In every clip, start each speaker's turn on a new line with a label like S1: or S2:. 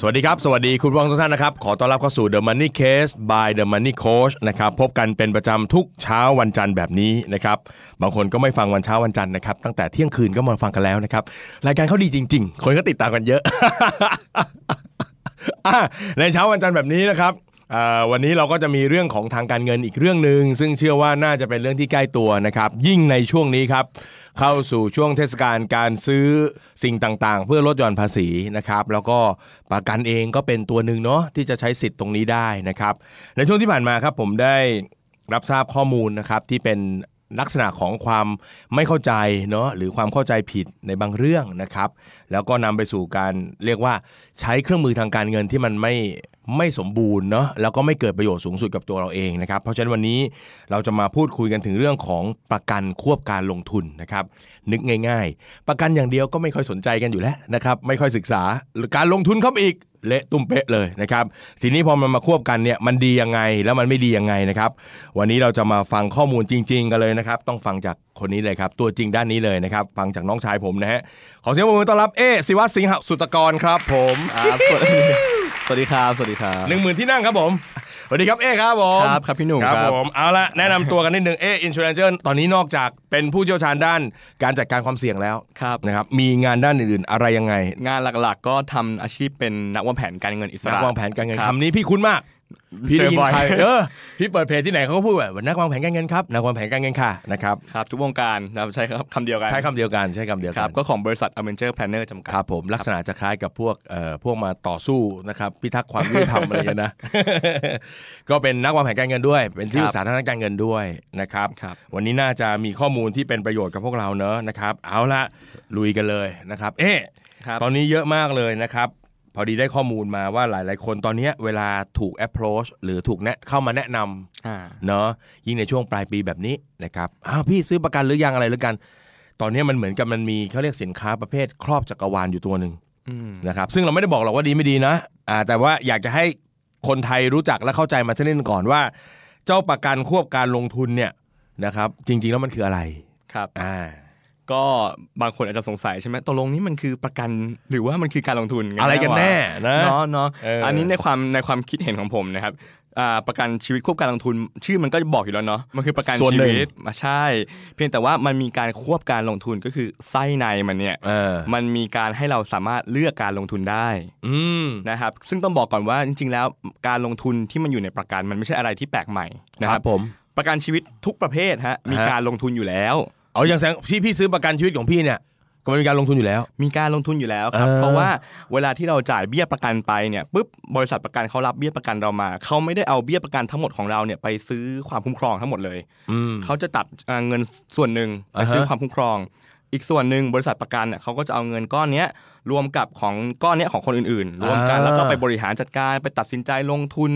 S1: สวัสดีครับ สวัสดีคุณผู้ฟังทุกท่านนะครับ ขอต้อนรับเข้าสู่ The Money Case by The Money Coach นะครับ พบกันเป็นประจำทุกเช้าวันจันทร์แบบนี้นะครับ บางคนก็ไม่ฟังวันเช้าวันจันทร์นะครับ ตั้งแต่เที่ยงคืนก็มาฟังกันแล้วนะครับ รายการเขาดีจริง ๆ คนก็ติดตามกันเยอะ อ่ะในเช้าวันจันทร์แบบนี้นะครับเอ่อวันนี้เราก็จะมีเรื่องของทางการเงินอีกเรื่องหนึ่งซึ่งเชื่อว่าน่าจะเป็นเรื่องที่ใกล้ตัวนะครับ ยิ่งในช่วงนี้ครับ เข้าสู่ช่วงเทศกาลการซื้อสิ่งต่างๆ เพื่อลดหย่อนภาษีนะครับ แล้วก็ประกันเองก็เป็นตัวหนึ่งเนาะที่จะใช้สิทธิ์ตรงนี้ได้นะครับ ในช่วงที่ผ่านมาครับผมได้ รับทราบข้อมูลนะครับที่เป็นลักษณะของความไม่เข้าใจเนาะหรือความเข้าใจผิดในบางเรื่องนะครับ แล้วก็นำไปสู่การเรียกว่าใช้เครื่องมือทางการเงินที่มันไม่ไม่สมบูรณ์เนาะแล้วก็ไม่เกิดประโยชน์สูงสุดกับตัวเราเองนะครับ เพราะฉะนั้นวันนี้เราจะมาพูดคุยกันถึงเรื่องของประกันควบการลงทุนนะครับนึกง่าย ๆ ประกันอย่างเดียวก็ไม่ค่อยสนใจกันอยู่แล้วนะครับไม่ค่อยศึกษาหรือการลงทุนเข้าไปอีก เละตุ้มเป๊ะเลยนะครับ ทีนี้พอมันมาควบกันเนี่ยมันดียังไงแล้วมันไม่ดียังไงนะครับ วันนี้เราจะมาฟังข้อมูลจริง ๆ กันเลยนะครับ ต้องฟังจากคนนี้เลยครับ ตัวจริงด้านนี้เลยนะครับ ฟังจากน้องชายผมนะฮะขอเสียงปรบมือต้อนรับเอะศิวัตสิงหสุตกรครับ ผม
S2: ครับสวัสดีสวัสดีครับ สวัสดีครับ
S1: หนึ่งหมื่นที่นั่งครับผมสวัสดีครับเอะครับผม
S2: ครับครับพี่หนุ่ม
S1: ครับ
S2: ครับ
S1: ผมเอาละแนะนำตัวกันนิดนึงเอะอินชูแลนเจอร์ตอนนี้นอกจากเป็นผู้เชี่ยวชาญด้านการจัดการความเสี่ยงแล้ว
S2: ครับ
S1: นะครับมีงานด้านอื่นๆ อะไรยังไง
S2: งานหลักๆ ก็ทำอาชีพเป็นนักวางแผนการเงินอิส
S1: นั
S2: ระ
S1: กวางแผนการเงิน
S2: ครับ
S1: คำนี้พี่คุ้นมาก พี่
S2: เจ
S1: ได้
S2: อ
S1: ยิน
S2: บ่อย
S1: ใครเออพี่เปิดเพจที่ไหนเขาก็พูดแบบนักวางแผนการเงินครับนักวางแผนการเงินค่ะนะครับ
S2: ครับทุกวงการนะครับใช้ครับคำเดียวกัน
S1: ใช้คำเดียวกันใช้คำเดียว
S2: ค
S1: กั
S2: รับ
S1: น
S2: ก็ของบริษัท a v e n g e r Planner จำกั
S1: ครั
S2: ด
S1: บผมลักษณะจะคล้ายกับพวกเอ่อพวกมาต่อสู้นะครับพิทักษ์ความยุติธรรม อะไรอย่างเงี้ยนะ ก็เป็นนักวางแผนการเงินด้วย เป็นที่
S2: ค
S1: ป
S2: รั
S1: รึ
S2: บ
S1: กษาทางด้านการเงินด้วยนะครับ
S2: ครับ
S1: วันนี้น่าจะมีข้อมูลที่เป็นประโยชน์กับพวกเราเนอะนะครับ เอาละลุยกันเลยนะครับ เอ๊ะ
S2: ครับ
S1: ตอนนี้เยอะมากเลยนะครับ พอดีได้ข้อมูลมาว่าหลาย ๆ คนตอนเนี้ยเวลาถูก approach หรือถูกแนะเข้ามาแนะนำ
S2: อ่า
S1: เนาะยิ่งในช่วงปลายปีแบบนี้นะครับอ้าวพี่ซื้อประกันหรือยังอะไรหรือกัน ตอนนี้มันเหมือนกับมันมีเขาเรียกสินค้าประเภทครอบจักรวาลอยู่ตัวหนึ่ง
S2: อืม
S1: นะครับ ซึ่งเราไม่ได้บอกหรอกว่าดีไม่ดีนะอ่าแต่ว่าอยากจะให้คนไทยรู้จักและเข้าใจมาสักนิดหนึ่งก่อนว่า เจ้าประกันควบการลงทุนเนี่ยนะครับ จริง ๆ แล้วมันคืออะไร
S2: ครับ
S1: อ่า
S2: ก็บางคนอาจจะสงสัยใช่ไหมตกลงนี่มันคือประกันหรือว่ามันคือการลงทุน
S1: อะไรกันแน่นะ
S2: เนาะเนาะ
S1: เอออั
S2: อันนี้ในความในความคิดเห็นของผมนะครับอ่าประกันชีวิตควบการลงทุน ชื่อมันก็บอกอยู่แล้วเนาะมันคือประกัน
S1: ส่วน
S2: ชี
S1: หนึ่ง
S2: วิตมาใช่ เพียงแต่ว่ามันมีการควบการลงทุนก็คือไส้ในมันเนี่ย
S1: เออ
S2: มันมีการให้เราสามารถเลือกการลงทุนได้
S1: อืม
S2: นะครับ ซึ่งต้องบอกก่อนว่าจริง ๆ แล้วการลงทุนที่มันอยู่ในประกันมันไม่ใช่อะไรที่แปลกใหม่นะค
S1: ครั
S2: รับบ
S1: ผม
S2: ประกันชีวิตทุกประเภทฮะมี
S1: ฮะ
S2: การลงทุนอยู่แล้ว
S1: เอาอย่างแสงที่พี่ซื้อประกันชีวิตของพี่เนี่ย ก็มันมีการลงทุนอยู่แล้ว
S2: มีการลงทุนอยู่แล้วครับ
S1: เออ
S2: เพราะว่าเวลาที่เราจ่ายเบี้ยประกันไปเนี่ยปุ๊บบริษัทประกันเขารับเบี้ยประกันเรามาเขาไม่ได้เอาเบี้ยประกันทั้งหมดของเราเนี่ยไปซื้อความคุ้มครองทั้งหมดเลย
S1: อืม
S2: เขาจะตัดเอ่อเงินส่วนหนึ่งไป
S1: อ่าฮะ
S2: ซื้อความคุ้มครอง อีกส่วนหนึ่งบริษัทประกันเนี่ยเขาก็จะเอาเงินก้อนเนี้ยรวมกับของก้อนเนี้ยของคนอื่นๆ รวมกันแล้วก็ไปบริหารจัดการไปตัดสินใจลงทุน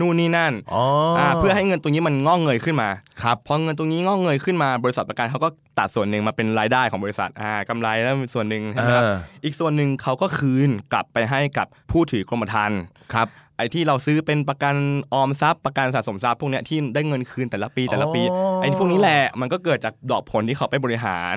S2: นู่นนี่นั่น
S1: อ๋ออ่
S2: าเพื่อให้เงินตรงนี้มันงอกเงยขึ้นมา
S1: ครับ
S2: พอเงินตรงนี้งอกเงยขึ้นมา บริษัทประกันเขาก็ตัดส่วนหนึ่งมาเป็นรายได้ของบริษัทอ่ากำไรแล้วส่วนหนึ่งใช่ไหมครับ
S1: เออ
S2: อีกส่วนหนึ่งเขาก็คืนกลับไปให้กับผู้ถือกรมธรรม์
S1: ครับ
S2: ไอ้ที่เราซื้อเป็นประกันออมทรัพย์ประกันสะสมทรัพย์พวกเนี้ยที่ได้เงินคืนแต่ละปีแต่ละปี
S1: อ๋อ
S2: ไอ้พวกนี้แหละมันก็เกิดจากดอกผลที่เขาไปบริหาร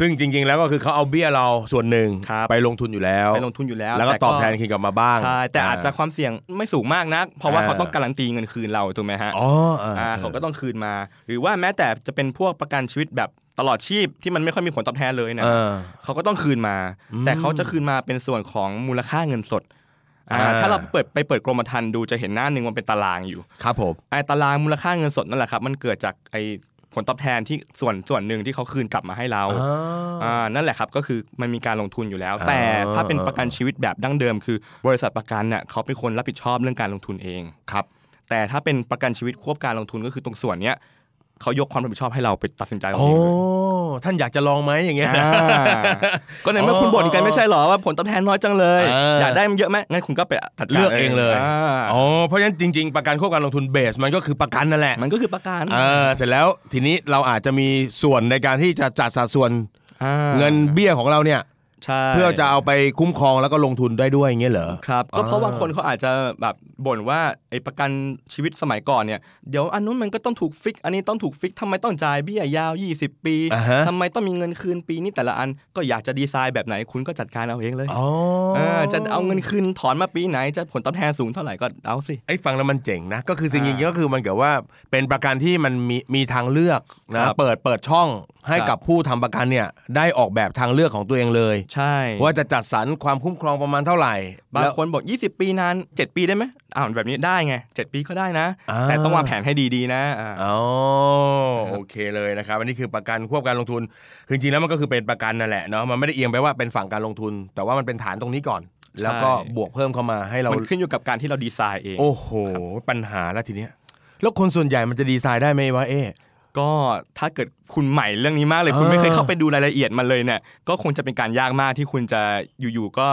S1: ซึ่งจริง ๆ แล้วก็คือเขาเอาเบี้ยเราส่วนหนึ่ง
S2: ครับ
S1: ไปลงทุนอยู่แล้ว
S2: ไปลงทุนอยู่แล้ว
S1: แล้วก็ตอบแทนคืนกลับมาบ้าง
S2: ใช่แต่อาจจะความเสี่ยงไม่สูงมากนัก เพราะว่า
S1: อ่า
S2: เขาต้องการันตีเงินคืนเราถูกไหมฮะ
S1: อ๋ออ่า
S2: ่าเขาก็ต้องคืนมา หรือว่าแม้แต่จะเป็นพวกประกันชีวิตแบบตลอดชีพที่มันไม่ค่อยมีผลตอบแทนเลยนะ
S1: เออ
S2: เขาก็ต้องคืนมา แต่เขาจะคืนมาเป็นส่วนของมูลค่าเงินสดอ่า
S1: อ่า
S2: ถ้าเราเปิดไปเปิดกรมธรรม์ดูจะเห็นหน้าหนึ่งมันเป็นตารางอยู่
S1: ครับผม
S2: ไอ้ตารางมูลค่าเงินสดนั่นแหละครับ มันเกิดจากไอ้ผลตอบแทนที่ส่วนส่วนหนึ่งที่เขาคืนกลับมาให้เราอ่านั่นแหละครับก็คือมันมีการลงทุนอยู่แล้ว
S1: อ่า
S2: แต่ถ้าเป็นประกันชีวิตแบบดั้งเดิม คือบริษัทประกันเนี่ยเขาเป็นคนรับผิดชอบเรื่องการลงทุนเองครับ แต่ถ้าเป็นประกันชีวิตควบการลงทุนก็คือตรงส่วนเนี้ย เขายกความรับผิดชอบให้เราไปตัดสินใจเอา
S1: โอ้
S2: เองเลย
S1: ท่านอยากจะลองไหมอย่างเงี้ย
S2: อ่าก็ในเมื่อคุณบ่นกันไม่ใช่เหรอว่าผลตอบแทนน้อยจังเลย
S1: เอออ
S2: อยากได้มันเยอะไหมงั้นคุณก็ไปจัดการ
S1: เลือกเองเลย
S2: อ่า
S1: อ๋อเพราะฉะนั้นจริง ๆ ประกันควบการลงทุนเบสมันก็คือประกันนั่นแหละ
S2: มันก็คือประกัน
S1: เออเสร็จแล้วทีนี้เราอาจจะมีส่วนในการที่จะจัดสัดส่วน
S2: อ่า
S1: เงินเบี้ยของเราเนี่ย
S2: ใช่
S1: เพื่อจะเอาไปคุ้มครองแล้วก็ลงทุนได้ด้วยอย่างเงี้ยเหรอ
S2: ครับก็เพราะ
S1: อ่า
S2: ว่าคนเขาอาจจะแบบบ่นว่าไอ้ประกันชีวิตสมัยก่อนเนี่ยเดี๋ยวอันนู้นมันก็ต้องถูกฟิก อันนี้ต้องถูกฟิกทำไมต้องจ่ายเบี้ยยาว 20 ปี
S1: อ่าฮะ
S2: ทำไมต้องมีเงินคืนปีนี้แต่ละอันก็อยากจะดีไซน์แบบไหนคุณก็จัดการเอาเองเลย
S1: อ๋อ
S2: เออจะเอาเงินคืนถอนมาปีไหนจะผลตอบแทนสูงเท่าไหร่ก็เอาสิ
S1: ไอ้ฟังแล้วมันเจ๋งนะ ก็คือสิ่งจริง
S2: อ่า
S1: ๆก็คือมันเกี่ยวว่าเป็นประกันที่มันมีมีทางเลือกนะ
S2: ครับ
S1: เปิดเปิดช่องให้
S2: ครับ
S1: กับผู้ทำประกันเนี่ยได้ออกแบบทางเลือกของตัวเองเลย
S2: ใช่
S1: ว่าจะจัดสรรความคุ้มครองประมาณเท่าไหร่
S2: บาง
S1: แล้ว
S2: คนบอก 20 ปีนาน 7 ปีได้ไหมอ้าวแบบนี้ได้ไง 7 ปีก็ได้นะ
S1: อ่า
S2: แต่ต้องวางแผนให้ดีๆนะอ่า
S1: อ๋อโอเคเลยนะครับ อันนี้คือประกันควบการลงทุนคือจริงๆแล้วมันก็คือเป็นประกันนั่นแหละเนาะมันไม่ได้เอียงไปว่าเป็นฝั่งการลงทุน แต่ว่ามันเป็นฐานตรงนี้ก่อน แล้วก็
S2: ใช่
S1: บวกเพิ่มเข้ามาให้เราม
S2: มันขึ้นอยู่กับการที่เราดีไซน์เอง
S1: โอ้โห ปัญหาแล้วทีเนี้ยแล้วคนส่วนใหญ่มันจะดีไซน์ได้ไหมวะเอ๊ะ
S2: ก็ถ้าเกิดคุณใหม่เรื่องนี้มากเลย คุณ
S1: เออ
S2: ไม่เคยเข้าไปดูรายละเอียดมันเลยเนี่ยก็คงจะเป็นการยากมากที่คุณจะอยู่ๆก็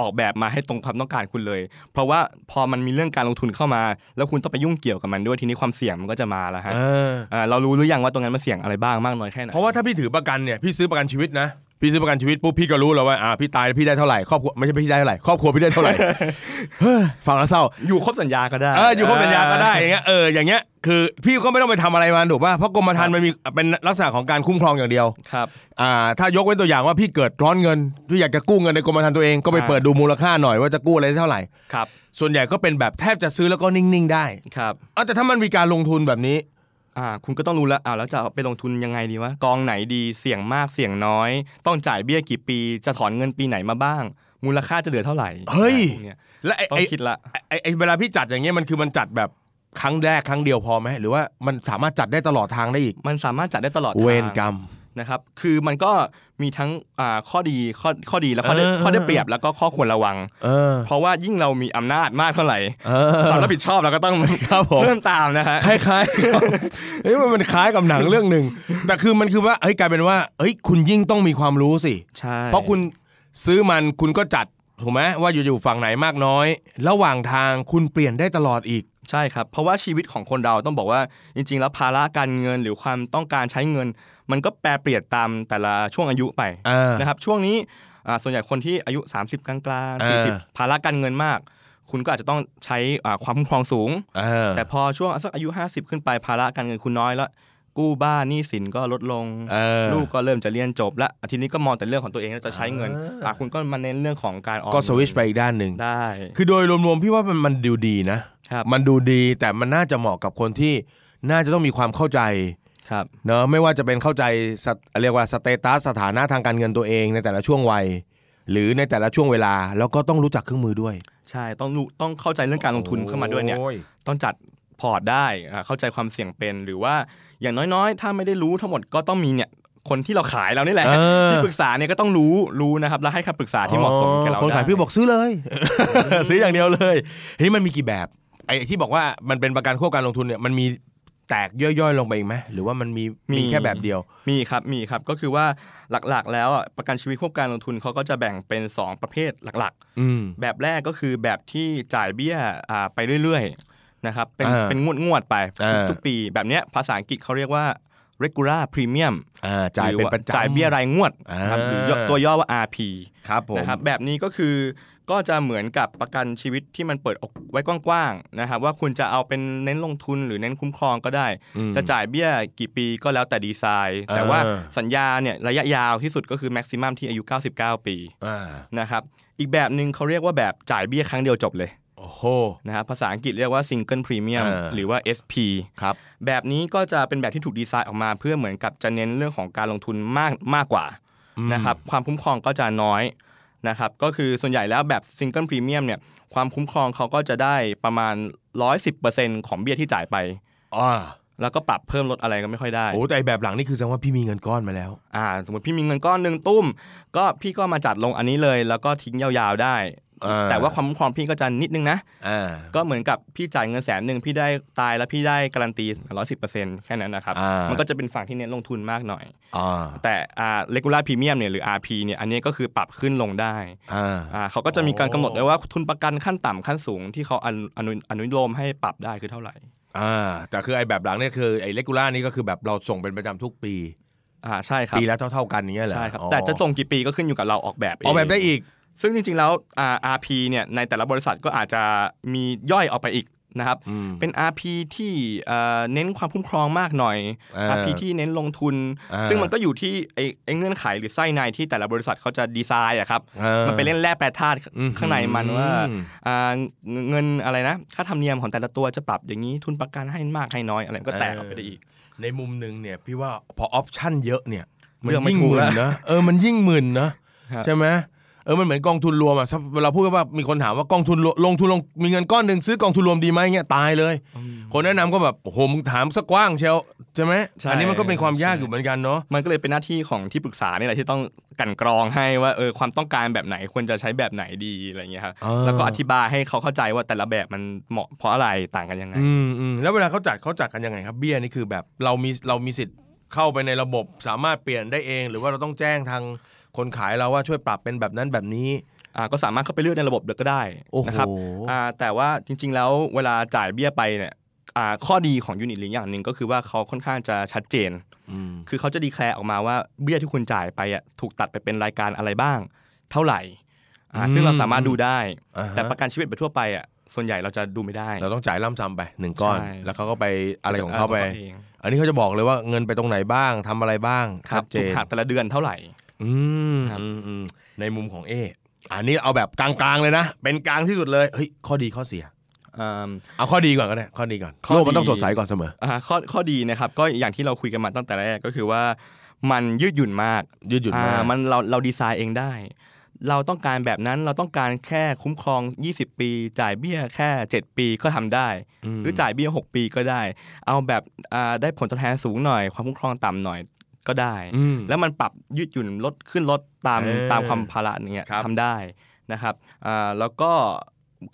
S2: ออกแบบมาให้ตรงความต้องการคุณเลย เพราะว่าพอมันมีเรื่องการลงทุนเข้ามา แล้วคุณต้องไปยุ่งเกี่ยวกับมันด้วยทีนี้ความเสี่ยงมันก็จะมาแล้วฮะ
S1: เออ
S2: อ่าเรารู้หรือยังว่าตรงนั้นมันเสี่ยงอะไรบ้างมากน้อยแค่ไหน
S1: เพราะว่าถ้าพี่ถือประกันเนี่ยพี่ซื้อประกันชีวิตนะพี่ซื้อประกันชีวิตปุ๊บพี่ก็รู้แล้วว่าอ่าพี่ตายพี่ได้เท่าไหร่ครอบครัวไม่ใช่พี่ได้เท่าไหร่ครอบครัวพี่ได้เท่าไหร่ เฮ้ยฟังแล้วเศร้า
S2: อยู่ครบสัญญาก็ได้
S1: เอออยู่ครบสัญญาก็ได้อย่างเงี้ยเอออย่างเงี้ยคือพี่ก็ไม่ต้องไปทำอะไรมันถูกป่ะเพราะกรมธรรม์มันมีเป็นลักษณะของการคุ้มครองอย่างเดียว
S2: ครับ
S1: อ่าถ้ายกเว้นตัวอย่างว่าพี่เกิดร้อนเงินพี่อยากจะกู้เงินในกรมธรรม์ตัวเองก็ไป
S2: อ่า
S1: เปิดดูมูลค่าหน่อยว่าจะกู้อะไรได้เท่าไหร่
S2: ครับ
S1: ส่วนใหญ่ก็เป็นแบบแทบจะซื้อแล้วก็นิ่งๆได้
S2: ครับ
S1: เอาแต่ถ้ามันมีการลงทุนแบบนี้
S2: อ่าคุณก็ต้องรู้แล้วอ่าแล้วจะเอาไปลงทุนยังไงดีวะกองไหนดีเสี่ยงมากเสี่ยงน้อย ต้องจ่ายเบี้ยกี่ปี จะถอนเงินปีไหนมาบ้าง มูลค่าจะเหลือเท่าไหร่
S1: เฮ้ย
S2: อะไรพวกเนี้ย
S1: และไอ้
S2: ต้อง
S1: ไอ้
S2: คิดละ
S1: ไอ้ไอ้เวลาพี่จัดอย่างเงี้ยมันคือมันจัดแบบครั้งแรกครั้งเดียวพอไหมหรือว่ามันสามารถจัดได้ตลอดทางได้อีก
S2: มันสามารถจัดได้ตลอด
S1: เว
S2: ทาง
S1: รกรรม
S2: นะครับ คือมันก็มีทั้งอ่าข้อดีข้อข้อดีและข้อได้
S1: เออเออ
S2: ข้อได้เปรียบแล้วก็ข้อควรระวัง
S1: เออ
S2: เพราะว่ายิ่งเรามีอำนาจมากเท่าไหร่
S1: เออ
S2: ความรับผิดชอบเราก็ต้อง
S1: ครับผม
S2: เพิ่มตามนะฮะ
S1: คล้ายๆครับเอ้ยมันมันคล้ายกับหนังเรื่องหนึ่ง แต่คือมันคือว่าเฮ้ยกลายเป็นว่าเฮ้ยคุณยิ่งต้องมีความรู้สิ
S2: ใช่
S1: เพราะคุณซื้อมันคุณก็จัดถูกไหมว่าอยู่ๆฝั่งไหนมากน้อย ระหว่างทางคุณเปลี่ยนได้ตลอดอีก
S2: ใช่ครับ เพราะว่าชีวิตของคนเราต้องบอกว่าจริง ๆ แล้วภาระการเงินหรือความต้องการใช้เงิน มันก็แปรเปลี่ยนตามแต่ละช่วงอายุไป
S1: อ่า
S2: นะครับ ช่วงนี้อ่าส่วนใหญ่คนที่อายุ 30 กลาง
S1: อ่า
S2: ๆ40ภาระการเงินมาก คุณก็อาจจะต้องใช้อ่าความคุ้มครองสูง
S1: เออ
S2: แต่พอช่วงสักอายุ 50 ขึ้นไปภาระการเงินคุณน้อยแล้วกู้บ้านหนี้สินก็ลดลง
S1: เออ
S2: ลูกก็เริ่มจะเรียนจบแล้วอาทีนี้ก็มองแต่เรื่องของตัวเองแล้วจะใช้เงิน
S1: อ่า
S2: อ่ะคุณก็มาเน้นเรื่องของการออม
S1: ก็สวิตชไปอีกด้านหนึ่ง
S2: ได้
S1: คือโดยรวมๆพี่ว่ามันมันดูดีนะครับ มันดูดีแต่มันน่าจะเหมาะกับคนที่น่าจะต้องมีความเข้าใจ
S2: ครับ
S1: เนอะไม่ว่าจะเป็นเข้าใจสถเรียกว่าสเตตัสสถานะทางการเงินตัวเองในแต่ละช่วงวัย หรือในแต่ละช่วงเวลาแล้วก็ต้องรู้จักเครื่องมือด้วย
S2: ใช่ต้องรู้ต้องเข้าใจเรื่องการลงทุนเข้ามาด้วยเนี่ย
S1: โอ้
S2: ต้องจัดพอร์ตได้อ่าเข้าใจความเสี่ยงเป็นหรือว่าอย่างน้อยๆ ถ้าไม่ได้รู้ทั้งหมดก็ต้องมีเนี่ยคนที่เราขายเรานี่แหละ
S1: เออ
S2: ที่ปรึกษาเนี่ยก็ต้องรู้รู้นะครับแล้วให้คำปรึกษาที่เหมาะสมแก่เรา
S1: คนขาย
S2: ได้
S1: พี่บอกซื้อเลย ซื้ออย่างเดียวเลยทีนี้มันมีกี่แบบ ไอ้ที่บอกว่ามันเป็นประกันควบการลงทุนเนี่ยมันมีแตกย่อยๆลงไปอีกไหมหรือว่ามันมีมีแค่แบบเดียว
S2: มีครับมีครับก็คือว่าหลักๆ แล้วอ่ะประกันชีวิตควบการลงทุนเขาก็จะแบ่งเป็น 2 ประเภทหลัก ๆ
S1: อืม
S2: แบบแรกก็คือแบบที่จ่ายเบี้ยอ่าไปเรื่อยๆนะครับเป็น
S1: อ่า
S2: เป็นงวดงวดๆไป
S1: อ่า
S2: ทุกๆปีแบบเนี้ยภาษาอังกฤษเขาเรียกว่า regular premium
S1: อ่าจ่าย
S2: หรื
S1: เป็น
S2: อว่
S1: ประจำ
S2: จ่ายเบี้ยรายงวดนะครับ
S1: อ่า
S2: หรือย่อตัวย่อว่า RP
S1: ครับผม
S2: นะครับแบบนี้ก็คือก็จะเหมือนกับประกันชีวิตที่มันเปิดออกไว้กว้างๆนะครับว่าคุณจะเอาเป็นเน้นลงทุนหรือเน้นคุ้มครองก็ได้
S1: อืม
S2: จะจ่ายเบี้ยกี่ปีก็แล้วแต่ดีไซน์ แต่
S1: อ่า
S2: ว่าสัญญาเนี่ยระยะยาวที่สุดก็คือ maximum ที่อายุ 99 ปี
S1: อ่า
S2: นะครับอีกแบบหนึ่งเขาเรียกว่าแบบจ่ายเบี้ยครั้งเดียวจบเลย
S1: โอ้โห
S2: นะครับภาษาอังกฤษเรียกว่า Single Premium
S1: เออ
S2: หรือว่า SP
S1: ครับ
S2: แบบนี้ก็จะเป็นแบบที่ถูกดีไซน์ออกมา เพื่อเหมือนกับจะเน้นเรื่องของการลงทุนมากมากกว่า
S1: อืม
S2: นะครับความคุ้มครองก็จะน้อยนะครับก็คือส่วนใหญ่แล้วแบบ Single Premium เนี่ยความคุ้มครองเขาก็จะได้ประมาณ 110%ของเบี้ยที่จ่ายไป
S1: อ่า
S2: แล้วก็ปรับเพิ่มลดอะไรก็ไม่ค่อยได้
S1: โอ้แต่ไอ้แบบหลังนี่คือแสดงว่าพี่มีเงินก้อนมาแล้ว
S2: อ่าสมมติพี่มีเงินก้อนหนึ่งตุ้ม ก็พี่ก็มาจัดลงอันนี้เลย แล้วก็ทิ้งยาวๆได้
S1: อ่า
S2: แต่ว่าความคุ้มครองพี่ก็จะนิดนึงนะ
S1: อ่า
S2: ก็เหมือนกับพี่จ่ายเงินแสนหนึ่งพี่ได้ตายแล้วพี่ได้การันตีร้อยสิบเปอร์เซ็นต์แค่นั้นนะครับ
S1: อ่า
S2: มันก็จะเป็นฝั่งที่เน้นลงทุนมากหน่อย
S1: อ่า
S2: แต่อ่า regular premium เนี่ยหรือ RP เนี่ยอันนี้ก็คือปรับขึ้นลงได้
S1: อ่า
S2: อ่าเขาก็จะมีการกำหนด
S1: โอ้
S2: ไว้ว่าทุนประกันขั้นต่ำขั้นสูงที่เขาอนุอนุอนุโลมให้ปรับได้คือเท่าไหร่
S1: อ่าแต่คือไอ้แบบหลังเนี่ยคือไอ้เลกูล่านี่ก็คือแบบเราส่งเป็นประจำทุกปี
S2: อ่าใช่ครับ
S1: ปีละเท่าเท่าๆกันอย่างเงี้ยเหรอ
S2: ใช่ครับ
S1: อ๋อ
S2: แต่จะส่งกี่ปีก็ขึ้นอยู่กับเราออกแบบเง
S1: ออกแบบได้อีก
S2: ซึ่งจริงๆ แล้วอ่า RP เนี่ยในแต่ละบริษัทก็อาจจะมีย่อยออกไปอีกนะครับ
S1: อืม
S2: เป็น RP ที่เอ่อเน้นความคุ้มครองมากหน่อย
S1: เออ
S2: RP ที่เน้นลงทุน
S1: เออ
S2: ซึ่งมันก็อยู่ที่ไอ้ไอ้เงื่อนไขหรือไส้ในที่แต่ละบริษัทเขาจะดีไซน์อะครับ
S1: ออ
S2: มันไปเล่นแร่แปรธาตุ
S1: อืม
S2: ข้างในมันว่า
S1: อืม
S2: อ่าเงินเงินอะไรนะ ค่าธรรมเนียมของแต่ละตัวจะปรับอย่างนี้ทุนประกันให้มากให้น้อยอะไรก็แตกออกไปได้อีก
S1: ในมุมหนึ่งเนี่ยพี่ว่าพอออปชั่นเยอะเนี่ยมัน
S2: เลือกไม่
S1: ยิ่ง
S2: ถู
S1: ห
S2: ก
S1: มื่
S2: แล้
S1: น
S2: ว
S1: นะเออมันยิ่งหมื่นนะ
S2: ฮะ
S1: ใช่ไหมเออมันเหมือนกองทุนรวมอะถ้าเวลาพูดว่ามีคนถามว่ากองทุนรวมลงทุนลงมีเงินก้อนหนึ่งซื้อกองทุนรวมดีไหมเงี้ยตายเลย คนแนะนำก็แบบโอ้โหมึงถามสักกว้างเชียวใช่ไหม
S2: ใช่
S1: อันนี้มันก็เป็นความยากอยู่เหมือนกันเนาะ
S2: มันก็เลยเป็นหน้าที่ของที่ปรึกษาเนี่ยแหละที่ต้องกลันกรองให้ว่าเออความต้องการแบบไหนควรจะใช้แบบไหนดีอะไรอย่างเงี้ยครับ
S1: เออ
S2: แล้วก็อธิบายให้เขาเข้าใจว่าแต่ละแบบมันเหมาะเพราะอะไรต่างกันยังไง
S1: อืมอืมแล้วเวลาเขาจัดเขาจัดกันยังไงครับเบี้ยนี่คือแบบเรามีเรามีสิทธิ์เข้าไปในระบบสามารถเปลี่ยนได้เอง หรือว่าเราต้องแจ้งทางคนขายเราว่าช่วยปรับเป็นแบบนั้นแบบนี้
S2: อ่าก็สามารถเข้าไปเลือกในระบบเลยก็ได้
S1: โอ้โห
S2: นะครับอ่าแต่ว่าจริง ๆ แล้วเวลาจ่ายเบี้ยไปเนี่ยอ่าข้อดีของยูนิตลิงอย่างหนึ่งก็คือว่าเขาค่อนข้างจะชัดเจน
S1: อืม
S2: คือเขาจะดีแคลร์ออกมาว่าเบี้ยที่คุณจ่ายไปอ่ะถูกตัดไปเป็นรายการอะไรบ้าง เท่าไหร่อ่าซึ่งเราสามารถดูได้
S1: อ่าฮะ
S2: แต่ประกันชีวิตแบบทั่วไปอ่ะส่วนใหญ่เราจะดูไม่ได้
S1: เราต้องจ่ายล่ำซ้ำไปหนึ่งก้อน
S2: ใช่
S1: แล้วเขาก็ไปอะไรของเขาไป
S2: จกอง
S1: อันนี้เขาจะบอกเลยว่าเงินไปตรงไหนบ้างทำอะไรบ้าง
S2: ครับ
S1: ชัดเจ
S2: ถูก
S1: น
S2: หักแต่ละเดือนเท่าไหร่
S1: อืม
S2: ครับ
S1: อืมอืมในมุมของเออันนี้เอาแบบกลางๆเลยนะ เป็นกลางที่สุดเลยเฮ้ยข้อดีข้อเสีย
S2: อืม
S1: เอาข้อดีก่อนก็ได้ข้อดีก่อน
S2: ข้อดี
S1: โลกมันต้องสดใสก่อนเสมอ
S2: อ่าข้อข้อดีนะครับ ก็อย่างที่เราคุยกันมาตั้งแต่แรกก็คือว่ามันยืดหยุ่นมาก
S1: ยืดหยุ่นมาก
S2: อ่มันเราเราดีไซน์เองได้ เราต้องการแบบนั้นเราต้องการแค่คุ้มครอง 20 ปี จ่ายเบี้ยแค่ 7 ปีก็ทำได้ หรือจ่ายเบี้ย 6 ปีก็ได้ เอาแบบอ่าได้ผลตอบแทนสูงหน่อย ความคุ้มครองต่ำหน่อยก็ได้
S1: อืม
S2: แล้วมันปรับยืดหยุ่นลดขึ้นลดตาม
S1: เออ
S2: ตามความภาระอย่างเงี้ย
S1: ครับ
S2: ทำได้นะครับอ่าแล้วก็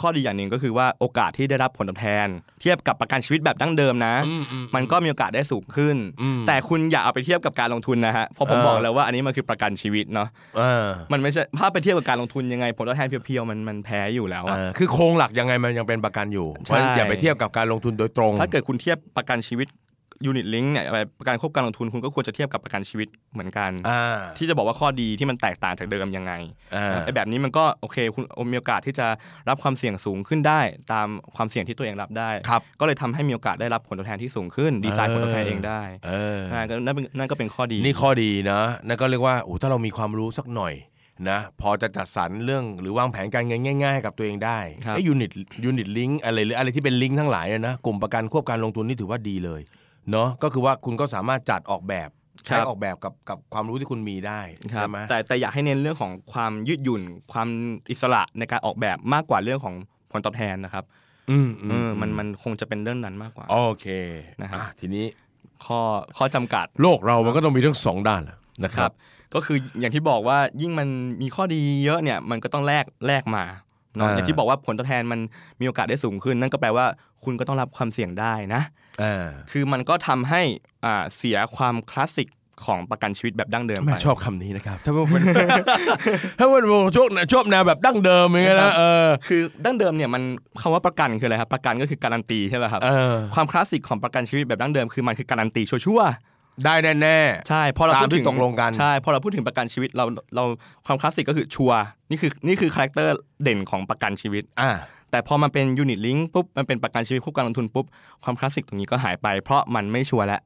S2: ข้อดีอย่างหนึ่งก็คือว่าโอกาสที่ได้รับผลตอบแทน เทียบกับประกันชีวิตแบบดั้งเดิมนะ
S1: อืมอืม
S2: มันก็มีโอกาสได้สูงขึ้น
S1: อืม
S2: แต่คุณอย่าเอาไปเทียบกับการลงทุนนะฮะเพราะผม
S1: เออ
S2: บอกแล้วว่าอันนี้มันคือประกันชีวิตเนาะ
S1: เออ
S2: มันไม่ใช่ถ้าไปเทียบกับการลงทุนยังไงผลตอบแทนเพียวๆมันมันแพ้อยู่แล้วอะ
S1: เออคือโครงหลักยังไงมันยังเป็นประกันอยู่เพ
S2: ใช่
S1: ราะฉะนั้นอย่าไปเทียบกับการลงทุนโดยตรง
S2: ถ้าเกิดคุณเทียบประกันชีวิตยูนิตลิงเนี่ยไปประกันควบการลงทุนคุณก็ควรจะเทียบกับประกันชีวิตเหมือนกัน
S1: อ่า
S2: ที่จะบอกว่าข้อดีที่มันแตกต่างจากเดิมยังไง
S1: อ่า
S2: ไอ้แบบนี้มันก็โอเคคุณมีโอกาสที่จะรับความเสี่ยงสูงขึ้นได้ ตามความเสี่ยงที่ตัวเองรับได้
S1: ครับ
S2: ก็เลยทำให้มีโอกาสได้รับผลตอบแทนที่สูงขึ้น ดีไซน์
S1: เอ
S2: ผ
S1: อ
S2: ลตอบแทนเองได้
S1: เออ
S2: ใช่ก็นั่นเป็นนั่นก็เป็นข้อดี
S1: นี่ข้อดีนะนั่นก็เรียกว่าโอ้ถ้าเรามีความรู้สักหน่อยนะพอจะจัดสรรเรื่องหรือวางแผนการเงินง่ายๆให้กับตัวเองได้ไอ้ยูนิตยูนิตลิงก์อะไรหรืออะไรที่เป็นลิงก์ทั้งหลายเนี่ยนะกลุ่มประกันควบการลงทุนนี่ถือว่าดีเลยเนาะก็คือว่าคุณก็สามารถจัดออกแบบใช้ออกแบบกับกับความรู้ที่คุณมีได้
S2: ครั
S1: ใช่
S2: บ
S1: ไหม
S2: แต่แต่อยากให้เน้นเรื่องของความยืดหยุ่น ความอิสระในการออกแบบมากกว่าเรื่องของผลตอบแทนนะครับเออมันมันคงจะเป็นเรื่องนั้นมากกว่า
S1: โอเค
S2: นะครับ
S1: อ่ทีนี้
S2: ข้อข้อจำกัด
S1: โลกเรามันก็ต้องมีทั้งสองด้านนะค
S2: ค
S1: รั
S2: รับ บ ก็คืออย่างที่บอกว่ายิ่งมันมีข้อดีเยอะเนี่ยมันก็ต้องแลกแลกมาเนาะ
S1: อ่า
S2: อย่างที่บอกว่าผลตอบแทนมันมีโอกาสได้สูงขึ้น นั่นก็แปลว่าคุณก็ต้องรับความเสี่ยงได้นะ
S1: อ่า
S2: คือมันก็ทำให้อ่าเสียความคลาสสิกของประกันชีวิตแบบดั้งเดิม
S1: แม่
S2: ไป
S1: ชอบคำนี้นะครับ ถ้าว่ามัน ถ้าว่ามันชอบชอบแนวแบบดั้งเดิมอย่างเงี้ย
S2: ครั
S1: นะ
S2: บ
S1: เออ
S2: คือดั้งเดิมเนี่ยมันคำว่าประกันคืออะไรครับประกันก็คือการันตีใช่ไหมครับ
S1: เออ
S2: ความคลาสสิกของประกันชีวิตแบบดั้งเดิมคือมันคือการันตีชั่ว
S1: ได้แน่แน่
S2: ๆใช่พอเรา
S1: ตาม
S2: พูดถึ
S1: ที่
S2: ง
S1: ตกลงกัน
S2: ใช่พอเราพูดถึงประกันชีวิตเราเราความคลาสสิกก็คือชัวร์นี่คือนี่คือคาแรคเตอร์เด่นของประกันชีวิต
S1: ๆอ่า
S2: แต่พอมันเป็นยูนิตลิงปุ๊บมันเป็นประกันชีวิตควบการลงทุนปุ๊บความคลาสสิกตรงนี้ก็หายไป เพราะมันไม่ชัวร์แล้ว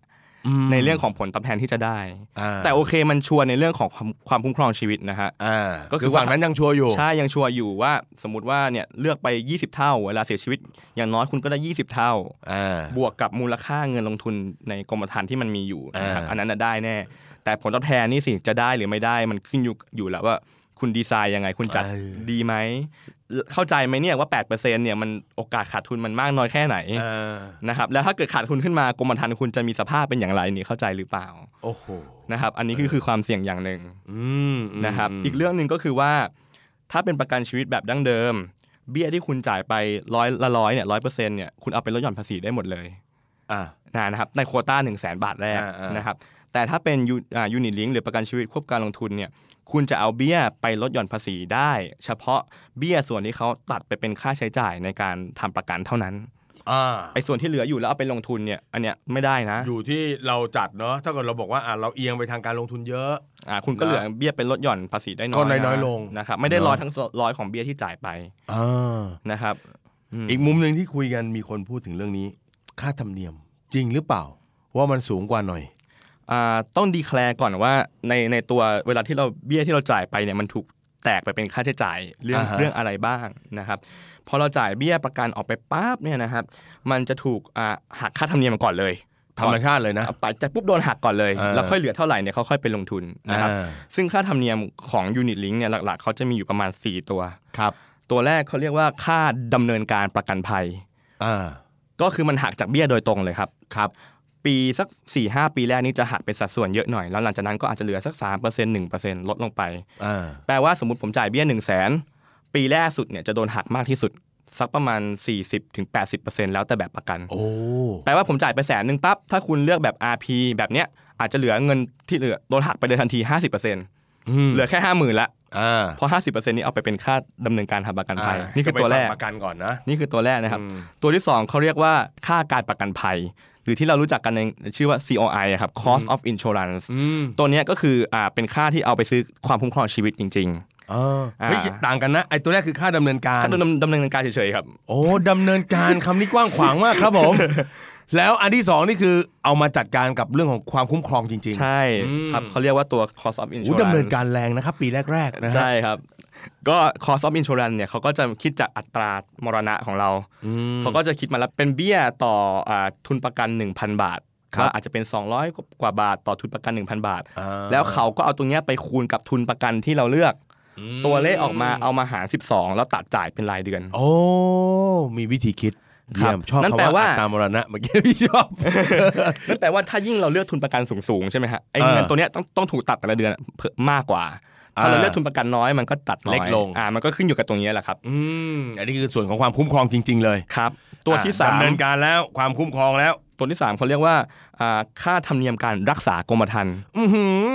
S2: ในเรื่องของผลตอบแทนที่จะได้
S1: อ่า
S2: แต่โอเคมันชัวร์ในเรื่องของความความคุ้มครองชีวิตนะฮะ
S1: อ่า
S2: ก็
S1: ก็
S2: คื
S1: คือ อ
S2: ว่า
S1: ฝั่งนั้นยังชัวร์อยู่
S2: ใช่ยังชัวร์อยู่ว่าสมมติว่าเนี่ยเลือกไป 20 เท่า เวลาเสียชีวิต อย่างน้อยคุณก็ได้ 20 เท่า
S1: อ่า
S2: บวกกับมูลค่าเงินลงทุนในกรมธรรม์ที่มันมีอยู่นะครับ
S1: อ่า
S2: อันนั้นน่ะได้แน่ แต่ผลตอบแทนนี่สิจะได้หรือไม่ได้มันขึ้นอยู่อยู่แล้วว่าคุณดีไซน์ยังไงคุณจัดดีไหม เข้าใจไหมเนี่ยว่า 8%เนี่ยมันโอกาสขาดทุนมันมากน้อยแค่ไหน
S1: อ่า
S2: นะครับแล้วถ้าเกิดขาดทุนขึ้นมากรมธรรม์คุณจะมีสภาพเป็นอย่างไรนี่เข้าใจหรือเปล่า
S1: โอ้โห
S2: นะครับอันนี้คือคือความเสี่ยงอย่างหนึ่ง
S1: อืม
S2: นะครับ
S1: ม
S2: อีกเรื่องหนึ่งก็คือว่า ถ้าเป็นประกันชีวิตแบบดั้งเดิม เบี้ยที่คุณจ่ายไปร้อยละร้อยเนี่ยร้อยเปอร์เซ็นต์เนี่ยคุณเอาไปลดหย่อนภาษีได้หมดเลย
S1: อ่า
S2: นะนะครับในโควต้า1 0 0 0 0แบาทแรก
S1: อ่าอ่าน
S2: นะครับแต่ถ้าเป็นยูนิตลิงหรือประกันชีวิตควบการลงทุนเนี่ยคุณจะเอาเบี้ยไปลดหย่อนภาษีได้ เฉพาะเบี้ยส่วนที่เขาตัดไปเป็นค่าใช้จ่ายในการทำประกันเท่านั้น
S1: อ่า
S2: ไอ้ส่วนที่เหลืออยู่แล้วเอาไปลงทุนเนี่ยอันเนี้ยไม่ได้นะ
S1: อยู่ที่เราจัดเนาะถ้าเกิดเราบอกว่าอ่าเราเอียงไปทางการลงทุนเยอะ
S2: อ่าคุณก็เหลือเบี้ยไปลดหย่อนภาษีได้น้อย
S1: ก็น้อย
S2: ะ
S1: น้อยลง
S2: นะครับไม่ได้
S1: เนอะ
S2: ร้อยทั้งร้อยของเบี้ยที่จ่ายไป
S1: อ่า
S2: นะครับม
S1: อีกมุมหนึ่งที่คุยกันมีคนพูดถึงเรื่องนี้ ค่าธรรมเนียมจริงหรือเปล่า ว่ามันสูงกว่าหน่อย
S2: อ่าต้องดีแคลร์ก่อนว่าในในตัวเวลาที่เราเบี้ยที่เราจ่ายไปเนี่ยมันถูกแตกไปเป็นค่าใช้จ่ายเรื่อง
S1: อ่าฮะ
S2: เรื่องอะไรบ้างนะครับ พอเราจ่ายเบี้ยประกันออกไปปั๊บเนี่ยนะครับ มันจะถูกอ่าหักค่าธรรมเนียมก่อนเลย
S1: ธรรมชาติเลยนะ
S2: อ่ะไปแต่ปุ๊บโดนหักก่อนเลย
S1: เออ
S2: แล้วค่อยเหลือเท่าไหร่เนี่ยเขาค่อยไปลงทุนนะครับ
S1: อ่า
S2: ซึ่งค่าธรรมเนียมของยูนิตลิงเนี่ยหลักๆเขาจะมีอยู่ประมาณ 4 ตัว
S1: ครับ
S2: ตัวแรกเขาเรียกว่าค่าดำเนินการประกันภัย
S1: อ่า
S2: ก็คือมันหักจากเบี้ยโดยตรงเลยครับ
S1: ครับ
S2: ปีสัก4ีหปีแรกนี้จะหักเป็นสัดส่วนเยอะหน่อย แล้วหลังจากนั้นก็อาจจะเหลือสัก 3% 1%ลดลงไป
S1: อ่า
S2: แปลว่าสมมติผมจ่ายเบี้ย1 0 0 0 0แสนปีแรกสุดเนี่ยจะโดนหักมากที่สุด สักประมาณ 40-80%แล้วแต่แบบประกัน
S1: โอ้
S2: แปลว่าผมจ่ายไปแสนหนึ่งปั๊บถ้าคุณเลือกแบบ RP แบบเนี้ยอาจจะเหลือเงินที่เหลือโดนหักไปเลยทันที 50%เ
S1: ม
S2: หลือแค่ 50,000ละ
S1: อ่า
S2: เพราะ50%นี้เอาไปเป็นค่าดำเนินการทำประกันภัย
S1: อ่า
S2: นี่คือตัวแรก
S1: ไปฝาประกันก่อนนะ
S2: นี่คือตัวแรกนะครับ ตัวที่ 2เขาเรียกว่าค่าการประกันภัย หรือที่เรารู้จักกันในชื่อว่า COI อะครับ Cost of Insurance
S1: อืม
S2: ตัวเนี้ยก็คืออ่าเป็นค่าที่เอาไปซื้อความคุ้มครองชีวิตจริง
S1: อ่าเฮ้ย
S2: อ่า
S1: ต่างกันนะไอ้ตัวแรกคือค่าดำเนินกา
S2: ๆ
S1: ร
S2: ค่าดำดำเนินการเฉยๆครับ
S1: โอ้ดำเนินการ คำนี้กว้างขวางมากครับผม แล้วอันที่สองนี่คือเอามาจัดการกับเรื่องของความคุ้มครองจริง
S2: ใช่
S1: อืม
S2: ครับเขาเรียกว่าตัว Cost of
S1: ๆโอ้
S2: Insurance
S1: ดำเนินการแรงนะครับ ปีแรกๆนะฮะ
S2: ใช่ครับ ก็ cost of insurance เนี่ยเขาก็จะคิดจากอัตรามรณะของเรา
S1: อืม
S2: เขาก็จะคิดมาแล้วเป็นเบี้ยต่ออ่าทุนประกัน 1,000 บาท
S1: ครับ
S2: ว่าอาจจะเป็น 200 กว่าบาทต่อทุนประกัน 1,000 บาท
S1: อ่า
S2: แล้วเขาก็เอาตรงเนี้ยไปคูณกับทุนประกันที่เราเลือก
S1: อืม
S2: ตัวเลขออกมาเอามาหาร 12 แล้วตัดจ่ายเป็นรายเดือน
S1: โอ้มีวิธีคิด
S2: ค
S1: เยี่
S2: รับ
S1: ยมชอบ
S2: นั่นแปล
S1: คำว่า
S2: ว่า
S1: อัตรามรณะเมื่อกี้พี่ชอบ
S2: นั่นแปลว่าถ้ายิ่งเราเลือกทุนประกันสูงๆใช่ไหมฮะไอ้
S1: เออ
S2: เงินตัวเนี้ยต้องต้องถูกตัดแต่ละเดือนเพิ่มมากกว่า ถ้าเรา
S1: อ่า
S2: เลือกทุนประกันน้อยมันก็ตัดน้อย
S1: เล็กลง
S2: อ่ามันก็ขึ้นอยู่กับตรงเนี้ยแหละครับ
S1: อืมอันนี้คือส่วนของความคุ้มครองจริง ๆ เลย
S2: ครับ ตัวที่สาม
S1: ดำเนินการแล้วความคุ้มครองแล้ว
S2: ตัวที่ 3เขาเรียกว่าอ่าค่าธรรมเนียมการรักษากรมธรรม์
S1: อือหือ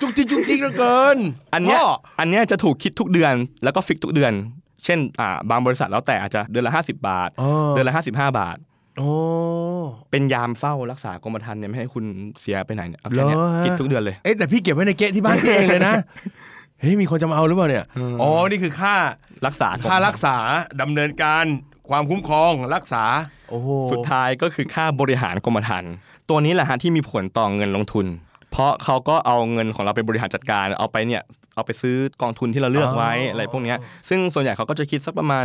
S1: จุกจิกจุกจิกเหลือเกิน
S2: อันเนี้ย
S1: พ่
S2: อันเนี้ยจะถูกคิดทุกเดือนแล้วก็ฟิกทุกเดือน เช่นอ่าบางบริษัทแล้วแต่อาจจะเดือนละ 50 บาท
S1: อ๋อ
S2: เดือนละ 55 บาท
S1: โอ้
S2: เป็นยามเฝ้ารักษากรมธรรม์เนี่ยไม่ให้คุณเสียไปไหนเนี่ยเอาแค่เนี้ย
S1: เหรอฮะ
S2: คิดทุกเดือนเลย
S1: เอ๊ะแต่พี่เก็บไว้ในเก๊ะที่บ้านพี่เองเลยนะ เฮ้ยมีคนจะมาเอาหรือเปล่าเนี่ย อ๋อ นี่คือค่า
S2: รักษากมธม
S1: ค่ารักษาดำเนินการความคุ้มครองรักษา โอ้โห
S2: สุดท้ายก็คือค่าบริหารกรมธรรม์ตัวนี้แหละฮะที่มีผลต่อเงินลงทุน เพราะเขาก็เอาเงินของเราไปบริหารจัดการเอาไปเนี่ยเอาไปซื้อกองทุนที่เราเลือกไว้อะไรพวกเนี้ยซึ่งส่วนใหญ่เขาก็จะคิดสักประมาณ